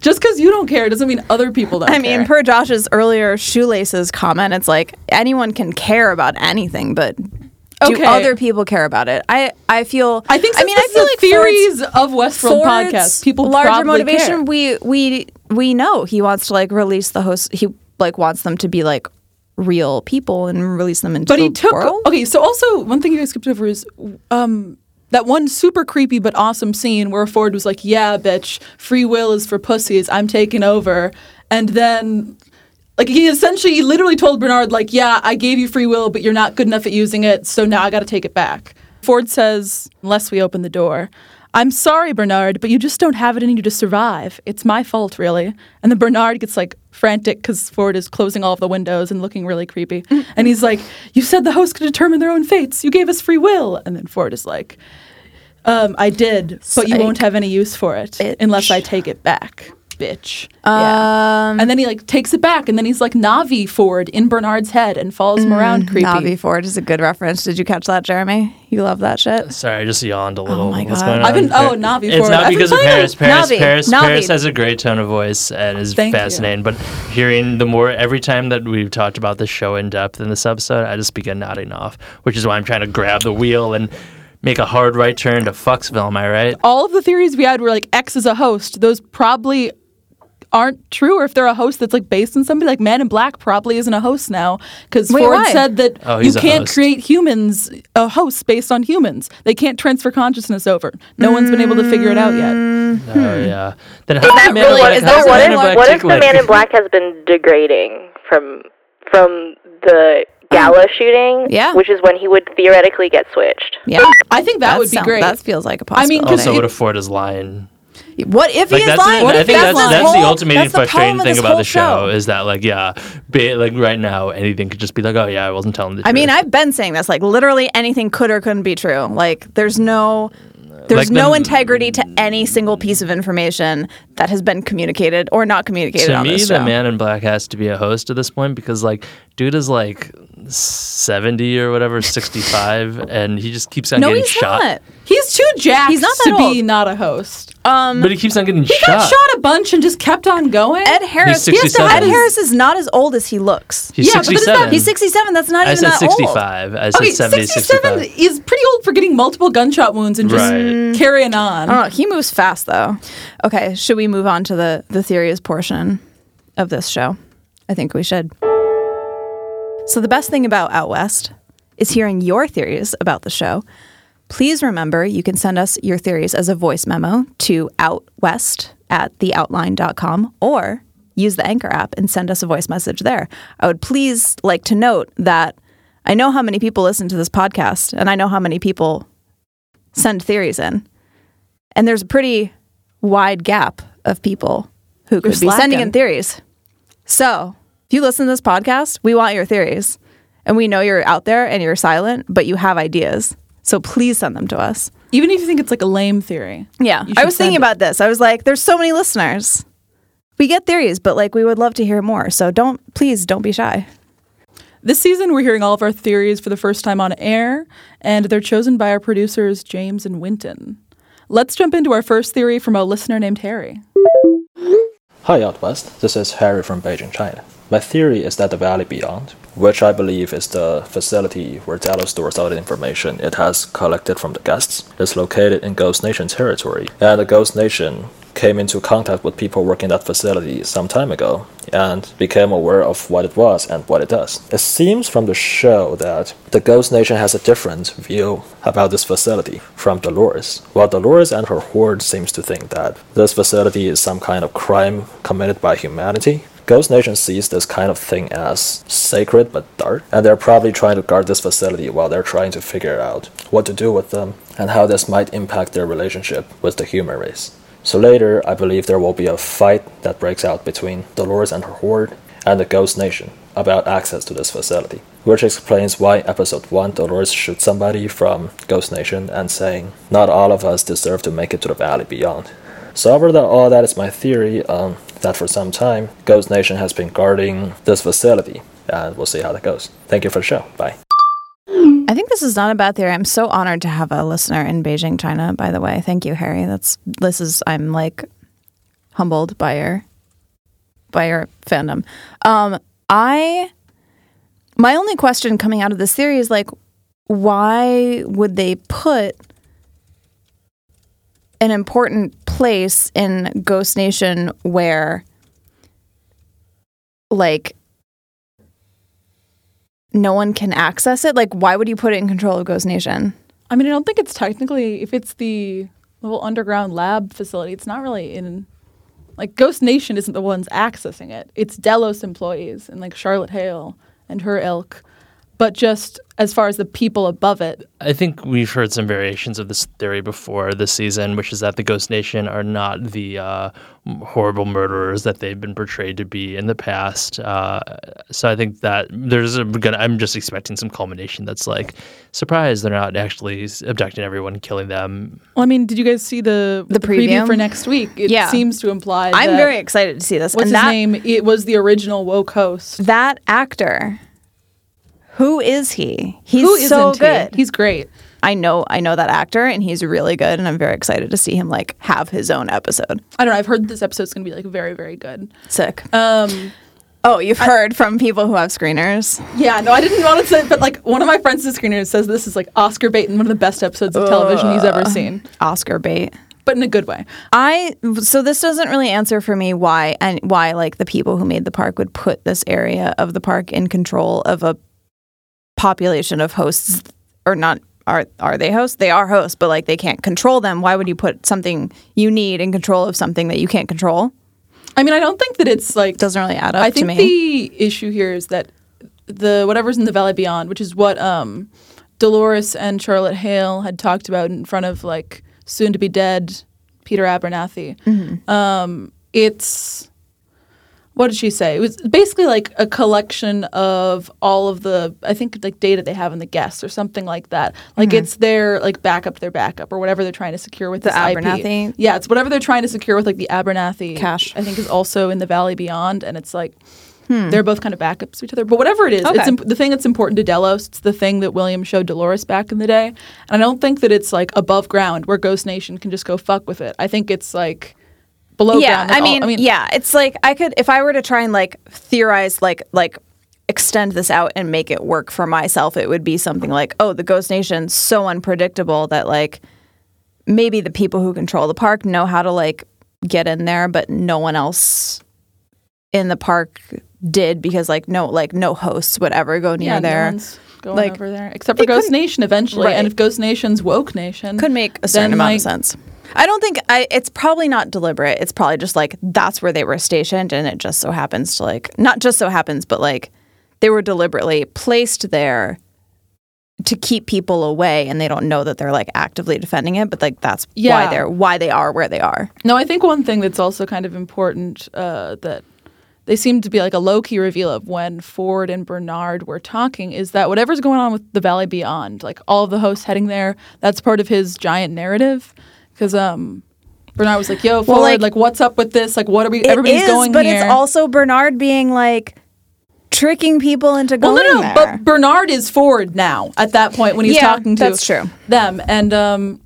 S6: Just because you don't care doesn't mean other people don't.
S1: I mean,
S6: care.
S1: per Josh's earlier shoelaces comment, it's like anyone can care about anything, but do
S6: Okay.
S1: other people care about it? I I feel.
S6: I think.
S1: I mean, I feel like
S6: theories
S1: Ford's,
S6: of Westworld
S1: Ford's
S6: podcast. People
S1: larger
S6: probably
S1: motivation.
S6: care.
S1: We we we know he wants to like release the host. He like wants them to be like real people and release them into
S6: But
S1: the
S6: he took
S1: world.
S6: okay. So also one thing you guys skipped over is um, that one super creepy but awesome scene where Ford was like, "Yeah, bitch, free will is for pussies. I'm taking over," and then. Like he essentially literally told Bernard, like, yeah, I gave you free will, but you're not good enough at using it, so now I gotta take it back. Ford says, unless we open the door. I'm sorry, Bernard, but you just don't have it in you to survive. It's my fault, really. And then Bernard gets like frantic because Ford is closing all of the windows and looking really creepy.
S7: Mm-hmm.
S6: and he's like, You said the host could determine their own fates. You gave us free will. And then Ford is like, um, I did, but you
S7: Psych.
S6: won't have any use for it
S7: Bitch.
S6: unless I take it back. Bitch.
S7: Um,
S6: And then he like takes it back, and then he's like Navi Ford in Bernard's head and follows him around creepy.
S1: Mm, Navi Ford is a good reference. Did you catch that, Jeremy? You love that shit.
S2: Sorry, I just yawned a little.
S1: my
S2: What's
S1: God.
S2: going on?
S6: I've been- oh, Navi
S2: It's
S6: forward.
S2: not
S6: I've been
S2: because of
S6: playing
S2: Paris.
S6: it.
S2: Paris,
S1: Navi,
S2: Paris,
S1: Navi.
S2: Paris has a great tone of voice and is
S6: Thank you.
S2: fascinating. But hearing the more every time that we've talked about this show in depth in this episode, I just begin nodding off, which is why I'm trying to grab the wheel and make a hard right turn to Foxville. Am I right?
S6: all of the theories we had were like X is a host. Those probably aren't true, or if they're a host that's like based on somebody, like Man in Black probably isn't a host now because
S1: Wait,
S6: Ford
S1: why?
S6: said that
S2: Oh,
S6: you
S2: he's a
S6: can't
S2: host.
S6: create humans a host based on humans. They can't transfer consciousness over. No one's been able to figure it out
S1: Mm.
S6: yet.
S2: Oh yeah. Then is
S7: that really- is that what
S2: what
S7: it-
S2: in Black
S7: Black
S5: What if the
S2: tickling?
S5: man in black has been degrading from from
S7: Mm.
S5: the gala shooting?
S1: yeah.
S5: Which is when he would theoretically get switched.
S1: Yeah,
S6: I think that would be
S1: sound-
S6: great.
S1: That feels like a
S6: I
S1: possibility.
S6: mean, 'cause
S2: Also,
S6: it-
S2: what if Ford is lying?
S1: what if he
S2: Like
S1: is
S2: that's
S1: lying?
S2: it.
S1: What
S2: I
S1: if
S2: think that's
S1: that's,
S2: that's,
S1: his
S2: the
S1: whole-
S2: ultimating
S1: that's the
S2: frustrating
S1: problem with
S2: thing
S1: this
S2: about
S1: whole
S2: the show is that like yeah, be, like right now anything could just be like oh yeah I wasn't telling the truth.
S1: I mean, I've been saying this. Like, literally anything could or couldn't be true. Like, there's no,
S2: Like
S1: there's
S2: the-
S1: no integrity to any single piece of information that has been communicated or not communicated
S2: to
S1: on
S2: me
S1: this
S2: the
S1: show.
S2: man in black has to be a host at this point because like dude is like 70 or whatever 65 and he just keeps on
S1: no,
S2: getting
S1: he's
S2: shot
S1: not.
S6: he's too jacked
S1: He's not
S6: to
S1: that
S6: be
S1: old.
S6: not a host.
S2: but he keeps on getting
S6: He
S2: shot
S6: got shot a bunch and just kept on going.
S1: Ed Harris.
S2: He's
S1: he has to-
S2: 67.
S1: Ed Harris is not as old as he looks.
S2: he's
S6: Yeah, but isn't that-
S2: 67
S1: He's 67. That's not
S2: i
S1: even
S2: said
S1: that
S2: 65
S1: old.
S2: i said
S6: Okay,
S2: 70
S6: 67
S2: 65
S6: is pretty old for getting multiple gunshot wounds and just
S1: Mm.
S2: Right.
S6: carrying on.
S1: I don't know. Oh, He moves fast though. Okay, should we move on to the the theories portion of this show? I think we should. So the best thing about Out West is hearing your theories about the show. Please remember you can send us your theories as a voice memo to outwest at theoutline.com or use the Anchor app and send us a voice message there. I would please like to note that I know how many people listen to this podcast and I know how many people send theories in. And there's a pretty wide gap of people who could be sending in
S6: slacking.
S1: theories. So if you listen to this podcast, we want your theories. And we know you're out there and you're silent, but you have ideas. So please send them to us.
S6: Even if you think it's like a lame theory.
S1: Yeah.
S6: You
S1: I
S6: should
S1: was thinking
S6: send it.
S1: about this. I was like, there's so many listeners. We get theories, but like we would love to hear more. So don't, please don't be shy.
S6: This season, we're hearing all of our theories for the first time on air, and they're chosen by our producers, James and Winton. Let's jump into our first theory from a listener named Harry.
S8: Hi Out West, this is Harry from Beijing, China. My theory is that the Valley Beyond, which I believe is the facility where Dallas stores all the information it has collected from the guests, is located in Ghost Nation territory. And the Ghost Nation came into contact with people working that facility some time ago and became aware of what it was and what it does. It seems from the show that the Ghost Nation has a different view about this facility from Dolores, while Dolores and her horde seems to think that this facility is some kind of crime committed by humanity. Ghost Nation sees this kind of thing as sacred but dark, and they're probably trying to guard this facility while they're trying to figure out what to do with them and how this might impact their relationship with the human race. So later, I believe there will be a fight that breaks out between Dolores and her horde and the Ghost Nation about access to this facility, which explains why episode 1 Dolores shoots somebody from Ghost Nation and saying, Not all of us deserve to make it to the valley beyond. So other than all that is my theory um, that for some time, Ghost Nation has been guarding this facility, and we'll see how that goes. Thank you for the show. Bye.
S1: I think this is not a bad theory. I'm so honored to have a listener in Beijing, China, by the way. Thank you, Harry. That's, this is, I'm like humbled by your, by your fandom. Um, I, my only question coming out of this theory is like, why would they put an important place in Ghost Nation where like no one can access it? Like why would you put it in control of Ghost Nation?
S6: I mean, I don't think it's technically, if it's the little underground lab facility, it's not really in. Like, Ghost Nation isn't the ones accessing it, it's Delos employees and like Charlotte Hale and her ilk. but just as far as the people above it.
S2: I think we've heard some variations of this theory before this season, which is that the Ghost Nation are not the uh, m- horrible murderers that they've been portrayed to be in the past. Uh, so I think that there's a gonna, I'm just expecting some culmination that's like, surprise, they're not actually s- abducting everyone, killing them.
S6: Well, I mean, did you guys see the
S1: The preview?
S6: for next week? It
S1: Yeah.
S6: seems to imply.
S1: I'm
S6: that-
S1: very excited to see this.
S6: What's
S1: and
S6: his
S1: that,
S6: name? It was the original woke host.
S1: That actor, who is he? He's
S6: Who
S1: so
S6: isn't he?
S1: good.
S6: He's great.
S1: I know I know that actor and he's really good and I'm very excited to see him like have his own episode.
S6: I don't know. I've heard this episode's going to be like very, very good.
S1: Sick.
S6: Um,
S1: oh, you've heard from people who have screeners.
S6: yeah, no, I didn't want to say, but like one of my friends, the screener, says this is like Oscar bait and one of the best episodes of television he's ever seen,
S1: Oscar bait.
S6: but in a good way.
S1: I so this doesn't really answer for me why and why like the people who made the park would put this area of the park in control of a population of hosts or not are are they hosts? They are hosts, but like they can't control them. Why would you put something you need in control of something that you can't control?
S6: I mean, I don't think that it's like
S1: Doesn't really add up
S6: I
S1: to
S6: think
S1: me.
S6: the issue here is that the whatever's in the Valley Beyond, which is what um, Dolores and Charlotte Hale had talked about in front of like soon to be dead Peter Abernathy.
S1: Mm-hmm.
S6: Um, it's what did she say? It was basically like a collection of all of the I think like data they have in the guests or something like that. Like it's their like backup, to their backup or whatever they're trying to secure with
S1: Mm-hmm. The
S6: this IP.
S1: Abernathy?
S6: Yeah, it's whatever they're trying to secure with like the Abernathy
S1: Cash. Hmm.
S6: I think is also in the Valley Beyond, and it's like they're both kind of backups to each other. But whatever it is,
S1: Okay.
S6: it's imp- the thing that's important to Delos. It's the thing that William showed Dolores back in the day, and I don't think that it's like above ground where Ghost Nation can just go fuck with it. I think it's like below
S1: yeah,
S6: ground.
S1: I
S6: and all-
S1: mean, yeah, it's like I could if I were to try and like theorize like like extend this out and make it work for myself, it would be something like, oh, the Ghost Nation's so unpredictable that like maybe the people who control the park know how to like get in there, but no one else in the park did because like no like no hosts would ever go near
S6: yeah, no
S1: there.
S6: one's going
S1: Like,
S6: over there except
S1: they
S6: for Ghost
S1: couldn't-
S6: Nation eventually,
S1: Right.
S6: and if Ghost Nation's woke nation
S1: could make a certain
S6: then,
S1: amount
S6: like,
S1: of sense. I don't think I. It's probably not deliberate. It's probably just like that's where they were stationed, and it just so happens to like not just so happens, but like they were deliberately placed there to keep people away, and they don't know that they're like actively defending it, but like that's why
S6: Yeah.
S1: they're why they are where they are.
S6: No, I think one thing that's also kind of important uh, that they seem to be like a low key reveal of when Ford and Bernard were talking is that whatever's going on with the Valley Beyond, like all of the hosts heading there, that's part of his giant narrative. Because um, Bernard was like, "Yo, Ford,
S1: like,
S6: like, what's up with this? Like, what are we?
S1: It
S6: Everybody's
S1: is,
S6: going
S1: but
S6: here."
S1: it's also Bernard being like tricking people into
S6: well,
S1: going
S6: no, no,
S1: there.
S6: but Bernard is Ford now at that point when he's
S1: Yeah,
S6: talking to
S1: that's true.
S6: them, and um,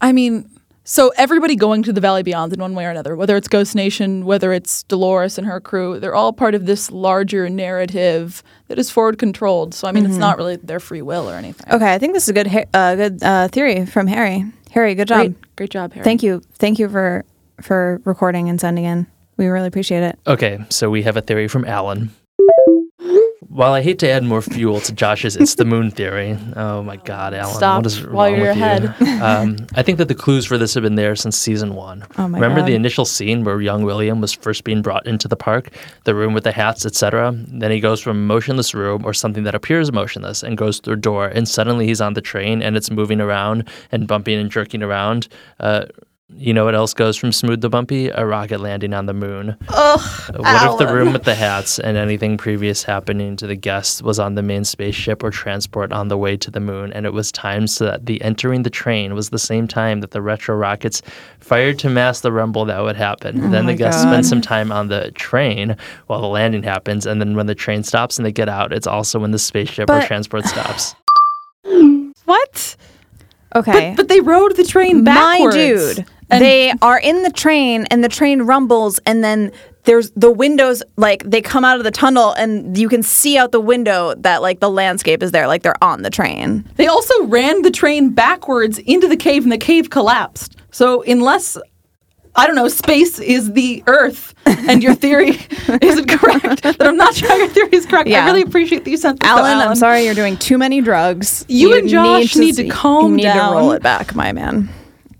S6: I mean, so everybody going to the Valley Beyond in one way or another, whether it's Ghost Nation, whether it's Dolores and her crew, they're all part of this larger narrative that is Ford controlled. So I mean, it's
S1: Mm-hmm.
S6: not really their free will or anything.
S1: okay, I think this is a good ha- uh, good uh, theory from Harry. Harry, good job.
S6: Great, great job, Harry.
S1: Thank you. Thank you for for recording and sending in. We really appreciate it.
S2: Okay, so we have a theory from Alan. While I hate to add more fuel to Josh's "It's the Moon" theory, oh my God, Alan,
S6: Stop
S2: what is
S6: while
S2: wrong
S6: you're
S2: with
S6: ahead.
S2: you? Um, I think that the clues for this have been there since season one.
S1: Oh my
S2: Remember
S1: God.
S2: the initial scene where young William was first being brought into the park, the room with the hats, etc. Then he goes from a motionless room or something that appears motionless and goes through a door, and suddenly he's on the train and it's moving around and bumping and jerking around. Uh, you know what else goes from smooth to bumpy? A rocket landing on the moon. What if the room with the hats and anything previous happening to the guests was on the main spaceship or transport on the way to the moon, and it was timed so that the entering the train was the same time that the retro rockets fired to mask the rumble that would happen? then the guests spend some time on the train while the landing happens, and then when the train stops and they get out, it's also when the spaceship or
S1: But-
S2: transport stops.
S6: What?
S1: Okay.
S6: But but they rode the train backwards.
S1: My dude,
S6: And
S1: they are in the train and the train rumbles and then there's the windows like they come out of the tunnel and you can see out the window that like the landscape is there like they're on the train.
S6: They also ran the train backwards into the cave, and the cave collapsed. So unless I don't know, space is the Earth, and your theory isn't correct. That I'm not sure your theory is correct.
S1: Yeah.
S6: I really appreciate that you sent this. though,
S1: Alan, I'm
S6: Alan.
S1: sorry you're doing too many drugs.
S6: um, You and Josh need to
S1: s-
S6: calm
S1: you need to
S6: down.
S1: roll it back, my man.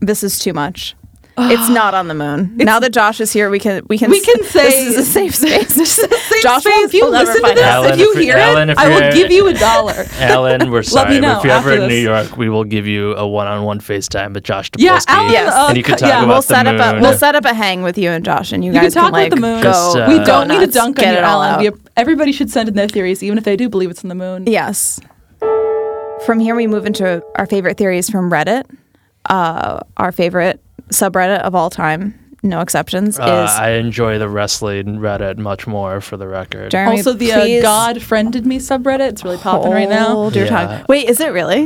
S1: This is too much. It's not on the moon. now that Josh is here, we can we can
S6: We
S1: s-
S6: can say-
S1: this is a safe space.
S6: Safe
S1: Josh
S6: space.
S1: won't-
S6: If you
S1: will never
S6: listen to
S1: find
S6: this,
S1: out.
S2: Alan,
S6: if you
S2: if you-
S6: hear
S2: Alan,
S6: it,
S2: if
S6: I will
S2: you're-
S6: give you a dollar.
S2: Alan, we're sorry. but
S6: know
S2: if you're ever
S6: after
S2: in New
S6: this.
S2: York, we will give you a one-on-one FaceTime with Josh Topolsky,
S6: Yeah, Alan, uh,
S2: and you can
S6: c-
S2: talk
S6: yeah,
S2: about
S6: we'll
S2: the
S1: We'll set
S2: moon.
S1: up a we'll set up a hang with you and Josh, and you
S6: You
S1: guys
S6: can talk
S1: like
S6: about the moon.
S2: Just,
S1: go.
S2: uh,
S6: we
S2: go
S6: don't need to
S1: nuts,
S6: dunk on
S1: get
S6: you,
S1: it all
S6: Alan.
S1: out.
S6: We everybody should send in their theories, even if they do believe it's on the moon.
S1: Yes. From here, we move into our favorite theories from Reddit. Uh, our favorite subreddit of all time, no exceptions,
S2: Uh,
S1: is
S2: I enjoy the wrestling Reddit much more, for the record.
S1: Jeremy.
S6: Also, the uh,
S1: please
S6: God friended me subreddit. It's really popping right now.
S1: hold your
S2: Yeah.
S1: tongue. Wait, is it really?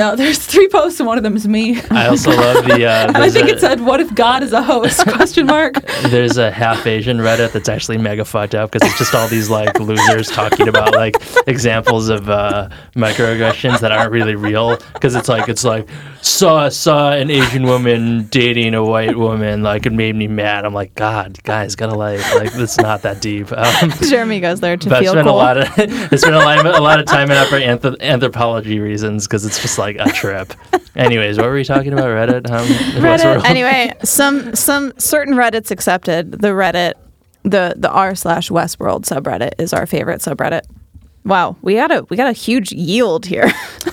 S6: No, there's three posts, and one of them is me.
S2: I also love the. Uh,
S6: I
S2: there's
S6: think
S2: a-
S6: it said, "What if God is a host?" Question mark.
S2: there's a half Asian Reddit that's actually mega fucked up because it's just all these like losers talking about like examples of uh, microaggressions that aren't really real because it's like it's like saw saw an Asian woman dating a white woman like it made me mad. I'm like God, guys, gotta like like it's not that deep. Um,
S1: Jeremy goes there to
S2: but I
S1: feel
S2: spent
S1: cool.
S2: a lot of I spent a lot, a lot of time and effort anthrop- anthropology reasons because it's just like a trip. Anyways, what were we talking about? Reddit? Um, Westworld?
S1: Reddit. anyway, some some certain Reddits accepted. The Reddit, the the r slash Westworld subreddit is our favorite subreddit. Wow, we got a we got a huge yield here.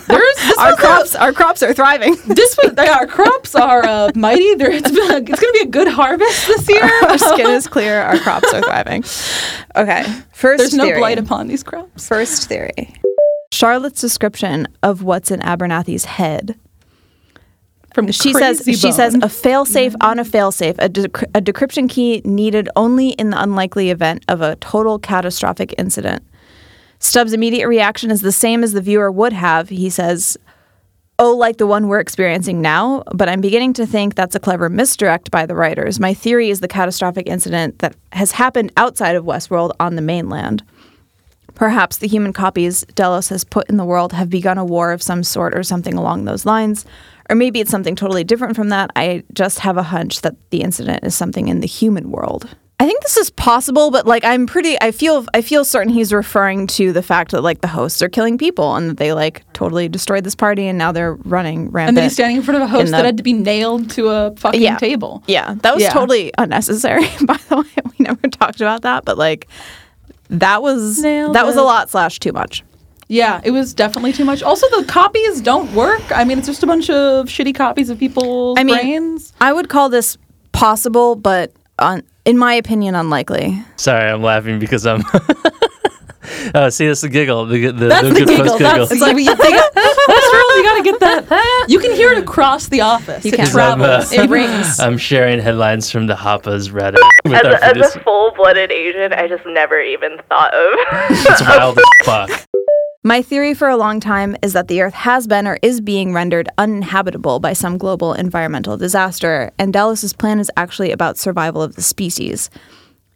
S1: our crops our crops are thriving.
S6: This one, they- our crops are uh, mighty. There, it's, been a, it's going to be a good harvest this year.
S1: our skin is clear. Our crops are thriving. Okay, first
S6: There's no
S1: theory.
S6: blight upon these crops.
S1: First theory. Charlotte's description of what's in Abernathy's head
S6: From
S1: She says
S6: Crazy
S1: she says
S6: Bone. Mm-hmm.
S1: a failsafe on a failsafe, a, dec a decryption key needed only in the unlikely event of a total catastrophic incident. Stubbs' immediate reaction is the same as the viewer would have. He says, "Oh, like the one we're experiencing now, but I'm beginning to think that's a clever misdirect by the writers. My theory is the catastrophic incident that has happened outside of Westworld on the mainland." Perhaps the human copies Delos has put in the world have begun a war of some sort or something along those lines. Or maybe it's something totally different from that. I just have a hunch that the incident is something in the human world. I think this is possible, but like I'm pretty I feel I feel certain he's referring to the fact that like the hosts are killing people and that they like totally destroyed this party and now they're running rampant.
S6: and then he's standing in front of a host
S1: the-
S6: that had to be nailed to a fucking table.
S1: Yeah, that was
S6: Yeah.
S1: totally unnecessary. By the way, we never talked about that, but like that was
S6: Nailed
S1: that was a
S6: it.
S1: lot slash too much.
S6: Yeah, it was definitely too much. Also, the copies don't work. I mean, it's just a bunch of shitty copies of people's
S1: I mean,
S6: brains.
S1: I would call this possible, but un- in my opinion, unlikely.
S2: Sorry, I'm laughing because I'm. oh, see, that's the giggle. The, the,
S6: That's
S2: the
S6: the
S2: good post
S6: giggle. That's
S2: giggle.
S6: like you think that's real. You gotta get that. You can hear it across the office.
S1: You
S6: it
S1: can.
S6: travels.
S2: Is that
S6: It rings.
S2: I'm sharing headlines from the Hoppas Reddit with
S5: As
S2: our
S5: a, as
S2: producer.
S5: a full-blooded Asian, I just never even thought of.
S2: It's wild as fuck.
S1: My theory for a long time is that the Earth has been or is being rendered uninhabitable by some global environmental disaster, and Dallas's plan is actually about survival of the species.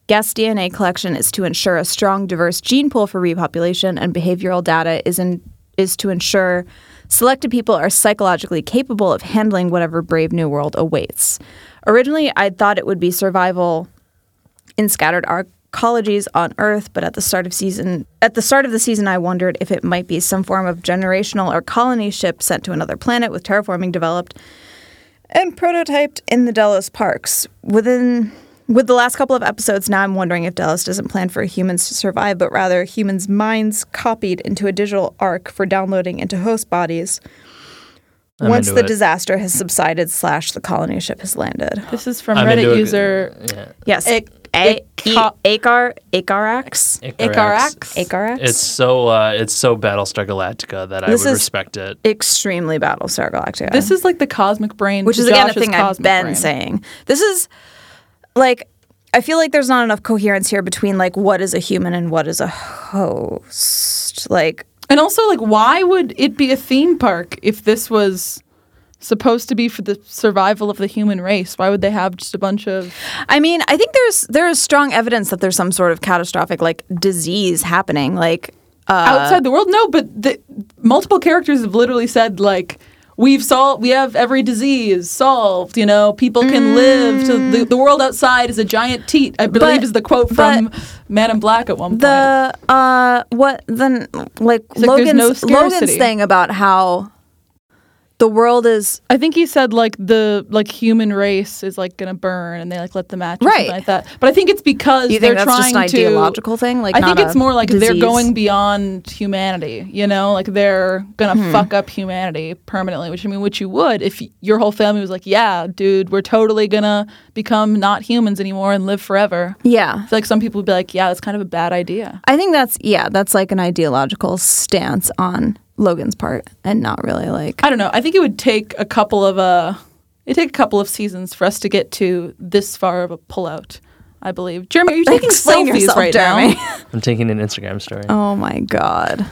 S1: Guest DNA collection is to ensure a strong, diverse gene pool for repopulation, and behavioral data is in, is to ensure selected people are psychologically capable of handling whatever brave new world awaits. Originally, I thought it would be survival in scattered arcologies on Earth, but at the start of season at the start of the season I wondered if it might be some form of generational or colony ship sent to another planet with terraforming developed and prototyped in the Delos parks. Within with the last couple of episodes now I'm wondering if Delos doesn't plan for humans to survive, but rather humans' minds copied into a digital arc for downloading into host bodies.
S2: I'm
S1: once
S2: into
S1: the
S2: it.
S1: disaster has subsided slash the colony ship has landed.
S6: This is from
S2: I'm into
S6: Reddit
S2: it.
S6: user
S1: Yes.
S6: Ic-
S1: A- E-
S6: Ica-
S1: Acar Acarax.
S6: Icarax.
S1: Acarax.
S2: It's so uh, it's so Battlestar Galactica that
S1: This
S2: I would
S1: is-
S2: respect it.
S1: extremely Battlestar Galactica.
S6: This is like the cosmic brain,
S1: which
S6: to
S1: is again a
S6: Josh's
S1: thing I've
S6: cosmic
S1: been
S6: brain.
S1: saying. This is like I feel like there's not enough coherence here between like what is a human and what is a host. Like
S6: And also, like, why would it be a theme park if this was supposed to be for the survival of the human race? Why would they have just a bunch of?
S1: I mean, I think there's there is strong evidence that there's some sort of catastrophic like disease happening. Like
S6: outside the world. No, but the, multiple characters have literally said like we've solved we have every disease solved you know people can
S1: Mm.
S6: live to the, the world outside is a giant teat i believe is the quote from man in black at one point
S1: the uh what then like
S6: like there's
S1: Logan's
S6: no
S1: Logan's
S6: scarcity.
S1: thing about how the world is
S6: I think he said like the like human race is like gonna burn and they like let the match or something
S1: Right.
S6: like that. But I think it's because
S1: You
S6: they're
S1: think that's
S6: trying
S1: just an
S6: to
S1: ideological thing? Like,
S6: I think
S1: not
S6: it's
S1: a
S6: more like they're
S1: disease?
S6: going beyond humanity. You know, like they're gonna
S1: Hmm.
S6: fuck up humanity permanently. Which I mean, which you would if your whole family was like, yeah, dude, we're totally gonna become not humans anymore and live forever.
S1: yeah.
S6: I feel like some people would be like, yeah, that's kind of a bad idea.
S1: I think that's yeah, that's like an ideological stance on Logan's part and not really like
S6: I don't know. I think it would take a couple of uh it take a couple of seasons for us to get to this far of a pullout. I believe. Jeremy, are you taking
S1: Explain
S6: selfies
S1: yourself,
S6: right
S1: Jeremy.
S6: now?
S2: I'm taking an Instagram story.
S1: Oh my god.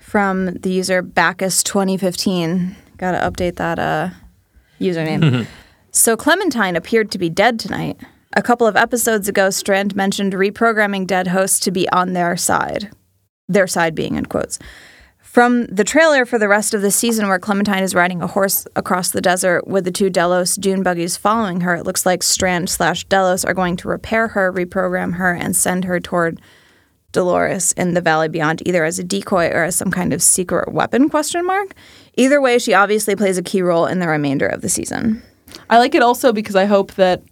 S1: From the user Bacchus 2015. Got to update that uh username. so Clementine appeared to be dead tonight. A couple of episodes ago Strand mentioned reprogramming dead hosts to be on their side. Their side being in quotes. From the trailer for the rest of the season, where Clementine is riding a horse across the desert with the two Delos dune buggies following her, it looks like Strand slash Delos are going to repair her, reprogram her, and send her toward Dolores in the Valley Beyond, either as a decoy or as some kind of secret weapon? Question mark. Either way, she obviously plays a key role in the remainder of the season.
S6: I like it also because I hope that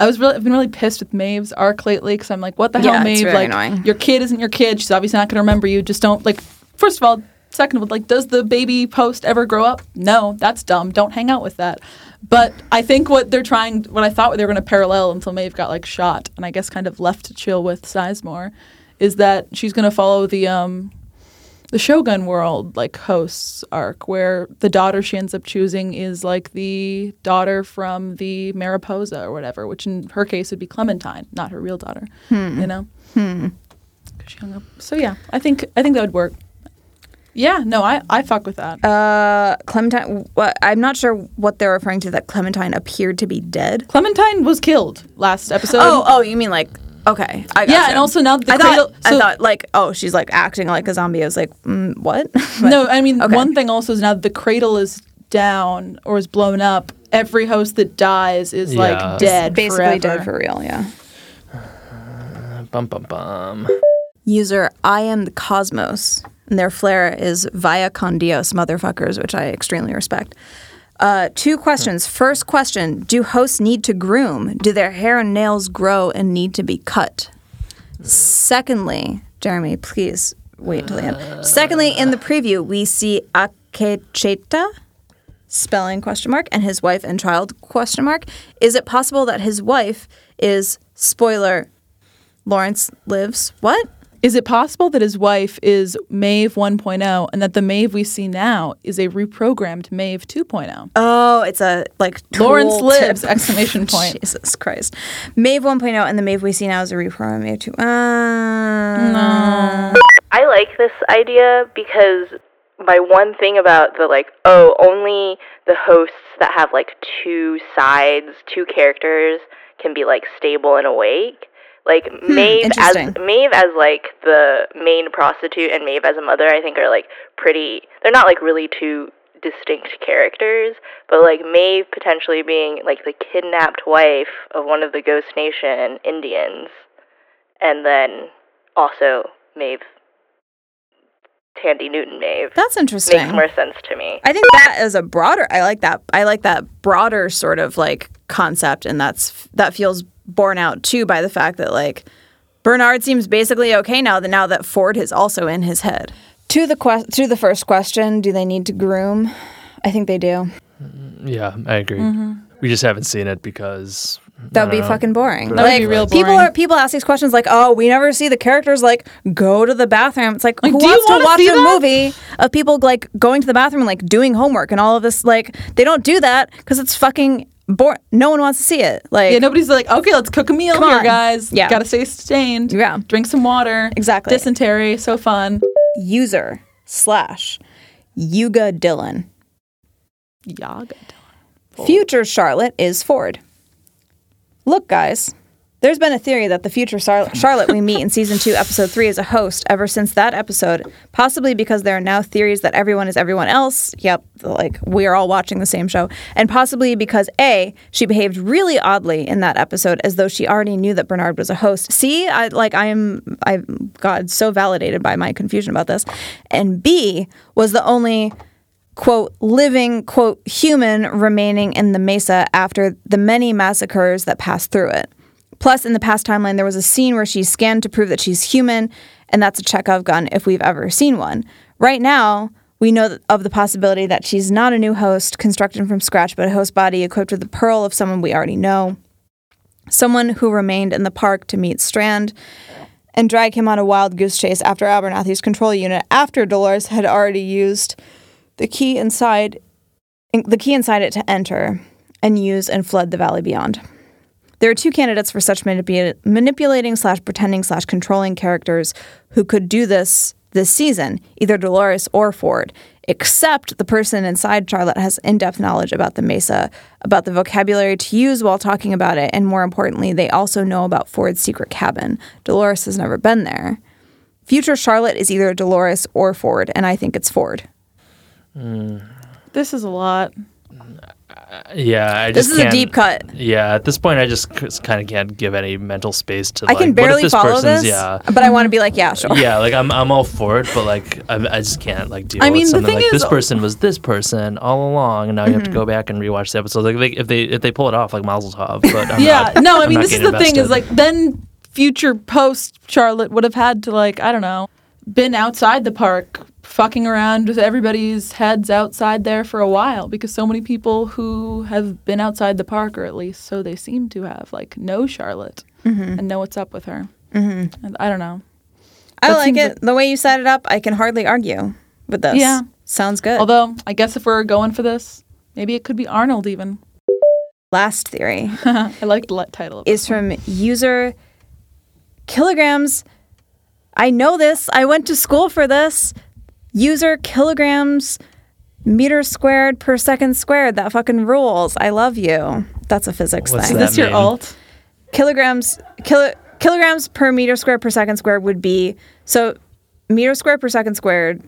S6: I was really I've been really pissed with Maeve's arc lately because I'm like, what the hell,
S1: Yeah, it's
S6: Maeve?
S1: really
S6: like,
S1: annoying.
S6: your kid isn't your kid. She's obviously not going to remember you. Just don't like. First of all, second of all, like, does the baby post ever grow up? No, that's dumb. Don't hang out with that. But I think what they're trying, what I thought they were going to parallel until Maeve got like shot, and I guess kind of left to chill with Sizemore, is that she's going to follow the um, the Shogun World like hosts arc where the daughter she ends up choosing is like the daughter from the Mariposa or whatever, which in her case would be Clementine, not her real daughter. You know. Hmm. She hung up. So yeah, I think I think that would work. Yeah, no, I I fuck with that.
S1: Uh, Clementine, what, I'm not sure what they're referring to that Clementine appeared to be dead.
S6: Clementine was killed last episode.
S1: Oh, oh, you mean like okay? I
S6: Yeah,
S1: gotcha.
S6: and also now that the
S1: I thought
S6: cradle-
S1: I
S6: so-
S1: thought like oh she's like acting like a zombie. I was like mm, what? But-
S6: no, I mean
S1: okay.
S6: one thing also is now that the cradle is down or is blown up. Every host that dies is
S2: Yeah.
S6: like dead,
S1: basically dead
S6: forever.
S1: for real. Yeah.
S2: Bum bum bum.
S1: user I am the cosmos, and their flair is via con Dios, motherfuckers, which I extremely respect. Uh, two questions. First question: Do hosts need to groom? Do their hair and nails grow and need to be cut? Secondly, Jeremy, please wait until the end. Secondly, in the preview, we see Akecheta spelling question mark and his wife and child question mark. Is it possible that his wife is spoiler? Lawrence lives what?
S6: Is it possible that his wife is Maeve 1.0 and that the Maeve we see now is a reprogrammed Maeve 2.0?
S1: Oh, it's a like tool
S6: Lawrence
S1: tip.
S6: lives! Exclamation point.
S1: Jesus Christ. Maeve 1.0 and the Maeve we see now is a reprogram Maeve 2. Uh,
S5: I like this idea because my one thing about the like, oh, only the hosts that have like two sides, two characters can be like stable and awake. Like Maeve as
S1: interesting.
S5: Maeve as like the main prostitute and Maeve as a mother, I think are like pretty. They're not like really two distinct characters, but like Maeve potentially being like the kidnapped wife of one of the Ghost Nation Indians, and then also Maeve, Tandy Newton Maeve
S1: That's
S5: makes
S1: interesting.
S5: more sense to me.
S1: I think that is a broader I like that. I like that broader sort of like concept and that's that feels borne out too by the fact that like Bernard seems basically okay now that now that Ford is also in his head. To the que- to the first question, do they need to groom? I think they do.
S2: Yeah, I agree.
S1: Mm-hmm.
S2: We just haven't seen it because
S1: That
S2: I
S1: would be
S2: don't know.
S1: fucking boring.
S6: That would be real
S1: People
S6: boring.
S1: are people ask these questions like, "Oh, we never see the characters like go to the bathroom." It's like,
S6: Like,
S1: who
S6: do you
S1: wants to
S6: wanna
S1: watch
S6: see
S1: a
S6: that?
S1: movie of people like going to the bathroom and like doing homework and all of this? Like, they don't do that because it's fucking boring. No one wants to see it. Like,
S6: Yeah, nobody's like, okay, let's cook a meal
S1: Come
S6: here,
S1: on.
S6: guys.
S1: Yeah.
S6: Gotta stay sustained.
S1: Yeah.
S6: Drink some water.
S1: Exactly.
S6: Dysentery, so fun.
S1: user slash Yuga Dylan.
S6: Yaga.
S1: Future Charlotte is Ford. Look, guys, there's been a theory that the future Sar- Charlotte we meet in season two, episode three, is a host ever since that episode, possibly because there are now theories that everyone is everyone else. Yep, like we are all watching the same show. And possibly because A, she behaved really oddly in that episode as though she already knew that Bernard was a host. See, I like I am I got so validated by my confusion about this. And B was the only quote, living, quote, human remaining in the mesa after the many massacres that passed through it. Plus, in the past timeline, there was a scene where she's scanned to prove that she's human, and that's a Chekhov gun if we've ever seen one. Right now, we know th- of the possibility that she's not a new host constructed from scratch, but a host body equipped with the pearl of someone we already know. Someone who remained in the park to meet Strand and drag him on a wild goose chase after Abernathy's control unit after Dolores had already used the key inside in- the key inside it to enter and use and flood the valley beyond. There are two candidates for such manipu- manipulating slash pretending slash controlling characters who could do this this season, either Dolores or Ford. Except the person inside Charlotte has in depth knowledge about the Mesa, about the vocabulary to use while talking about it, and more importantly, they also know about Ford's secret cabin. Dolores has never been there. Future Charlotte is either Dolores or Ford, and I think it's Ford.
S6: This is a lot.
S2: Yeah, I
S1: This
S2: just
S1: is a
S2: can't-
S1: deep cut.
S2: Yeah, at this point, I just kind of can't give any mental space to.
S1: I
S2: like,
S1: can
S2: what if
S1: barely
S2: this
S1: follow
S2: person's,
S1: this,
S2: Yeah,
S1: but I want to be like, yeah, sure.
S2: yeah, like I'm, I'm all for it, but like I, I just can't like deal
S6: I
S2: with
S6: mean, the
S2: something
S6: thing
S2: like this
S6: is- oh Mm-hmm.
S2: person was this person all along, and now you have to go back and rewatch the episode. Like they, if they if they pull it off, like Mazel Tov. But I'm
S6: yeah,
S2: not-
S6: no, I
S2: I'm
S6: mean,
S2: not
S6: this is the
S2: getting
S6: thing is
S2: invested.
S6: like then future post Charlotte would have had to like I don't know, been outside the park, fucking around with everybody's heads outside there for a while because so many people who have been outside the park, or at least so they seem to have, like know Charlotte and know what's up with her. Mm-hmm. And I don't know.
S1: I
S6: That
S1: like
S6: seems
S1: it. the way you set it up, I can hardly argue with this.
S6: Yeah.
S1: Sounds good.
S6: Although I guess if we're going for this, maybe it could be Arnold even.
S1: Last theory
S6: I like the le- title. Of it.
S1: is from user kilograms. I know this. I went to school for this. User kilograms meter squared per second squared. That fucking rules. I love you. That's a physics
S2: What's
S1: thing.
S6: Is
S2: that
S6: this your
S2: mean?
S6: alt?
S1: kilograms kilo, kilograms per meter squared per second squared would be so meter squared per second squared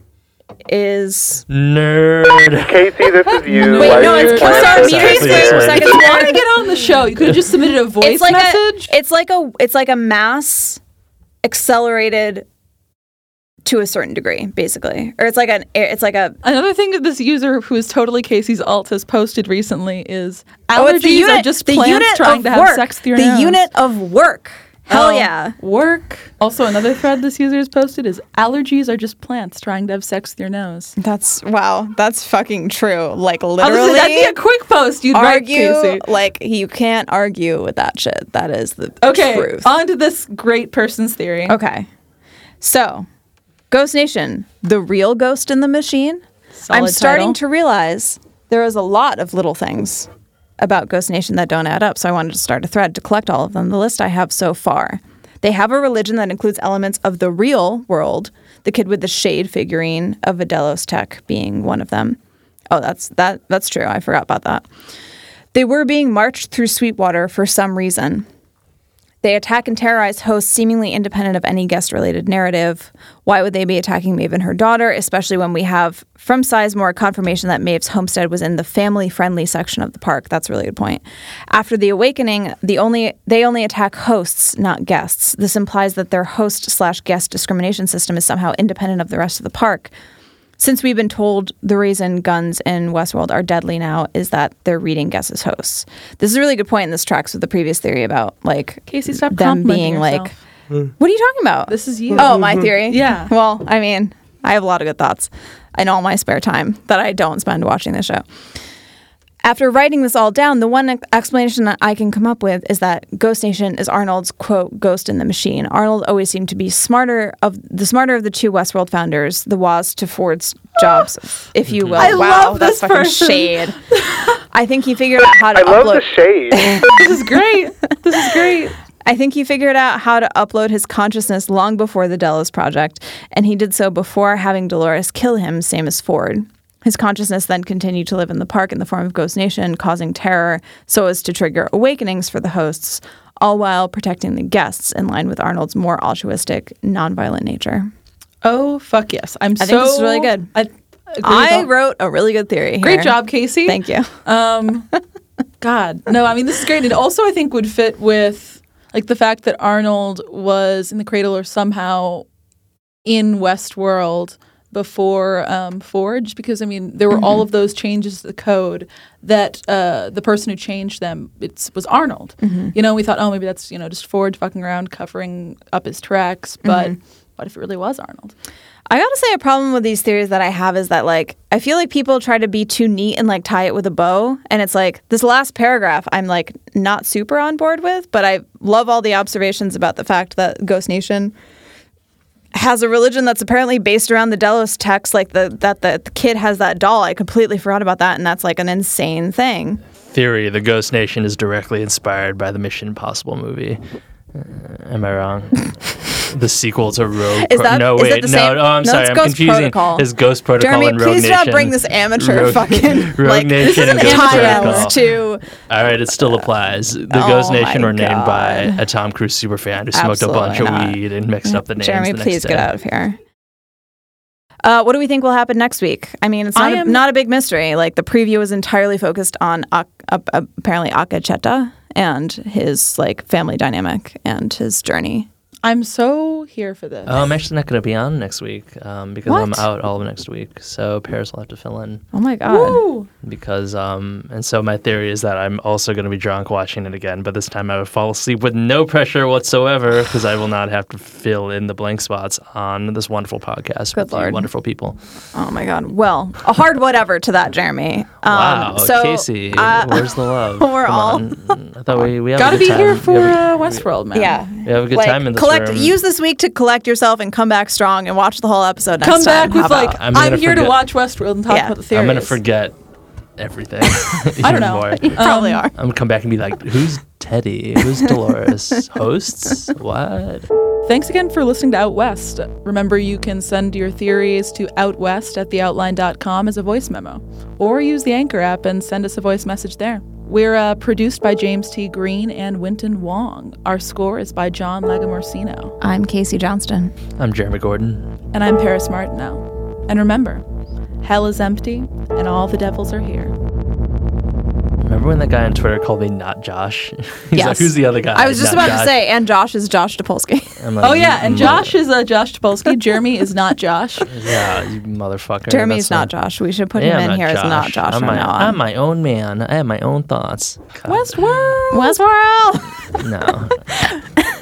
S1: is
S2: nerd.
S9: Casey, this is you.
S1: wait no
S9: did
S1: it's
S9: you plant
S1: sorry,
S9: this
S1: meter
S9: idea?
S1: squared per second
S6: If you want to
S1: squared
S6: get on the show, you could have just submitted a voice
S1: it's like
S6: message.
S1: a it's like a it's like a mass accelerated to a certain degree basically or it's like an it's like a
S6: Another thing that this user, who is totally Casey's alt, has posted recently is
S1: oh,
S6: allergies
S1: it's the unit,
S6: are just
S1: the
S6: plants
S1: unit
S6: trying
S1: of
S6: to have
S1: work,
S6: sex through
S1: the
S6: your nose.
S1: unit of work hell
S6: Oh,
S1: yeah
S6: Work. Also, another thread this user has posted is allergies are just plants trying to have sex through your nose.
S10: That's wow. That's fucking true. Like
S6: I was
S10: literally.
S6: gonna say, that'd be a quick post you'd write,
S10: argue
S6: Casey.
S10: like you can't argue with that shit. That is the
S6: Okay,
S10: truth.
S6: on to this great person's theory.
S10: okay.
S1: so ghost nation the real ghost in the machine I'm starting to realize there is a lot of little things about Ghost Nation that don't add up, so I wanted to start a thread to collect all of them. The list I have so far. They have a religion that includes elements of the real world, the kid with the shade figurine of a Delos Tech being one of them. Oh, that's that that's true. I forgot about that. They were being marched through Sweetwater for some reason. They attack and terrorize hosts seemingly independent of any guest related narrative. Why would they be attacking Maeve and her daughter, especially when we have from Sizemore confirmation that Maeve's homestead was in the family friendly section of the park? That's a really good point. After the awakening, the only they only attack hosts, not guests. This implies that their host slash guest discrimination system is somehow independent of the rest of the park. Since we've been told the reason guns in Westworld are deadly now is that they're reading guests as hosts. This is a really good point, and this tracks with the previous theory about like
S6: Casey, stop
S1: them
S6: complimenting
S1: being
S6: yourself.
S1: like,
S9: Mm.
S1: "What are you talking about?"
S6: This is you.
S1: Oh, my theory.
S6: Yeah.
S1: Well, I mean, I have a lot of good thoughts in all my spare time that I don't spend watching the show. After writing this all down, the one ex- explanation that I can come up with is that Ghost Nation is Arnold's quote ghost in the machine. Arnold always seemed to be smarter of the smarter of the two Westworld founders, the Waz to Ford's jobs, if you will.
S6: I
S1: wow,
S6: love
S1: that's
S6: this
S1: fucking
S6: person.
S1: shade. I think he figured out how to
S9: I love
S1: upload
S9: the shade.
S6: this is great. This is great.
S1: I think he figured out how to upload his consciousness long before the Delos project, and he did so before having Dolores kill him, same as Ford. His consciousness then continued to live in the park in the form of Ghost Nation, causing terror so as to trigger awakenings for the hosts, all while protecting the guests in line with Arnold's more altruistic, nonviolent nature.
S6: Oh fuck yes! I'm
S1: I
S6: so
S1: think this is really good.
S6: I, agree with
S10: I
S6: all-
S10: wrote a really good theory. Here.
S6: Great job, Casey.
S1: Thank you.
S6: Um, God, no, I mean this is great. It also I think would fit with like the fact that Arnold was in the cradle or somehow in Westworld before um, Forge because I mean there were all of those changes to the code that uh, the person who changed them it was Arnold. You know, we thought oh maybe that's you know just Forge fucking around covering up his tracks, but what if it really was Arnold?
S1: I gotta say, a problem with these theories that I have is that, like, I feel like people try to be too neat and, like, tie it with a bow. And it's like, this last paragraph, I'm, like, not super on board with, but I love all the observations about the fact that Ghost Nation has a religion that's apparently based around the Delos text, like, the, that the, the kid has that doll. I completely forgot about that. And that's, like, an insane thing.
S2: Theory: The Ghost Nation is directly inspired by the Mission Impossible movie. Uh, am I wrong? the sequel to Rogue.
S1: Is
S2: Pro-
S1: that-
S2: no,
S1: is
S2: wait,
S1: that the
S2: no,
S1: same-
S2: no. I'm
S1: no,
S2: sorry,
S1: it's
S2: I'm
S1: Ghost
S2: confusing.
S1: Protocol.
S2: Is Ghost Protocol
S1: Jeremy,
S2: and Rogue
S1: please
S2: Nation?
S6: uh,
S1: stop bring this amateur
S2: Rogue-
S1: fucking
S2: Rogue
S1: like this
S2: Nation
S1: is an
S2: and Ghost
S1: tie
S2: Protocol.
S1: to
S2: All right, it still applies. The Ghost
S1: Oh
S2: Nation
S1: my
S2: were named by a Tom Cruise superfan who smoked a bunch
S1: Absolutely not. Mm-hmm.
S2: of weed and mixed up the names.
S1: Jeremy,
S2: the next
S1: please
S2: day.
S1: get out of here. Uh, what do we think will happen next week? I mean, it's
S6: I
S1: not, a,
S6: am-
S1: not a big mystery. Like the preview is entirely focused on Ak- ap- ap- apparently Akacheta and his like family dynamic and his journey.
S6: I'm so here for this.
S2: Oh, I'm actually not going to be on next week um, because I'm
S1: What?
S2: out all of next week. So Paris will have to fill in
S1: Oh my god!
S6: Ooh.
S2: because, um, and so my theory is that I'm also going to be drunk watching it again, but this time I will fall asleep with no pressure whatsoever because I will not have to fill in the blank spots on this wonderful podcast with you
S1: lord.
S2: wonderful people.
S1: Oh my god! Well, a hard whatever to that, Jeremy. Um,
S2: wow,
S1: so,
S2: Casey,
S1: uh,
S2: where's the love?
S1: we're
S2: Come
S1: all-
S2: on. I thought we we have a
S6: Gotta
S2: good
S6: be
S2: time.
S6: here
S2: We
S6: for
S2: have a-
S6: uh, Westworld, man.
S1: Yeah.
S2: We have a good time in this
S1: collect,
S2: room.
S1: Use this week to collect yourself and come back strong and watch the whole episode next
S6: Come
S1: time.
S6: back with
S1: How about?
S6: like
S2: I'm
S6: I'm,
S2: gonna
S6: here
S2: forget-
S6: to watch Westworld and talk
S1: Yeah.
S6: about the theories.
S2: I'm going to forget everything.
S6: I don't know.
S2: even
S6: You
S2: more.
S1: probably are.
S2: I'm gonna come back and be like, who's Teddy? Who's Dolores? Hosts? What?
S6: Thanks again for listening to Out West. Remember, you can send your theories to outwest at theoutline.com as a voice memo, or use the Anchor app and send us a voice message there. We're uh, produced by James T. Green and Winton Wong. Our score is by John Lagomarsino.
S1: I'm Casey Johnston.
S2: I'm Jeremy Gordon.
S6: And I'm Paris Martineau. And remember, hell is empty and all the devils are here.
S2: Remember when that guy on Twitter called me not Josh? He's like,
S1: Yes.
S2: who's the other guy?
S1: I was just
S2: Not
S1: about to
S2: Josh."
S1: say, and Josh is Josh Topolsky.
S2: I'm like, "Mm,
S6: Oh,
S2: "You
S6: yeah, and
S2: mother-
S6: Josh is uh, Josh Topolsky. Jeremy is not Josh.
S2: Yeah, you motherfucker.
S1: Jeremy's
S2: That's what-
S1: not Josh. We should put
S2: Yeah, I'm
S1: him in here as not Josh
S2: I'm
S1: from
S2: my,
S1: now
S2: I'm
S1: on.
S2: my own man. I have my own thoughts. God,
S6: Westworld!
S1: Westworld.
S2: No.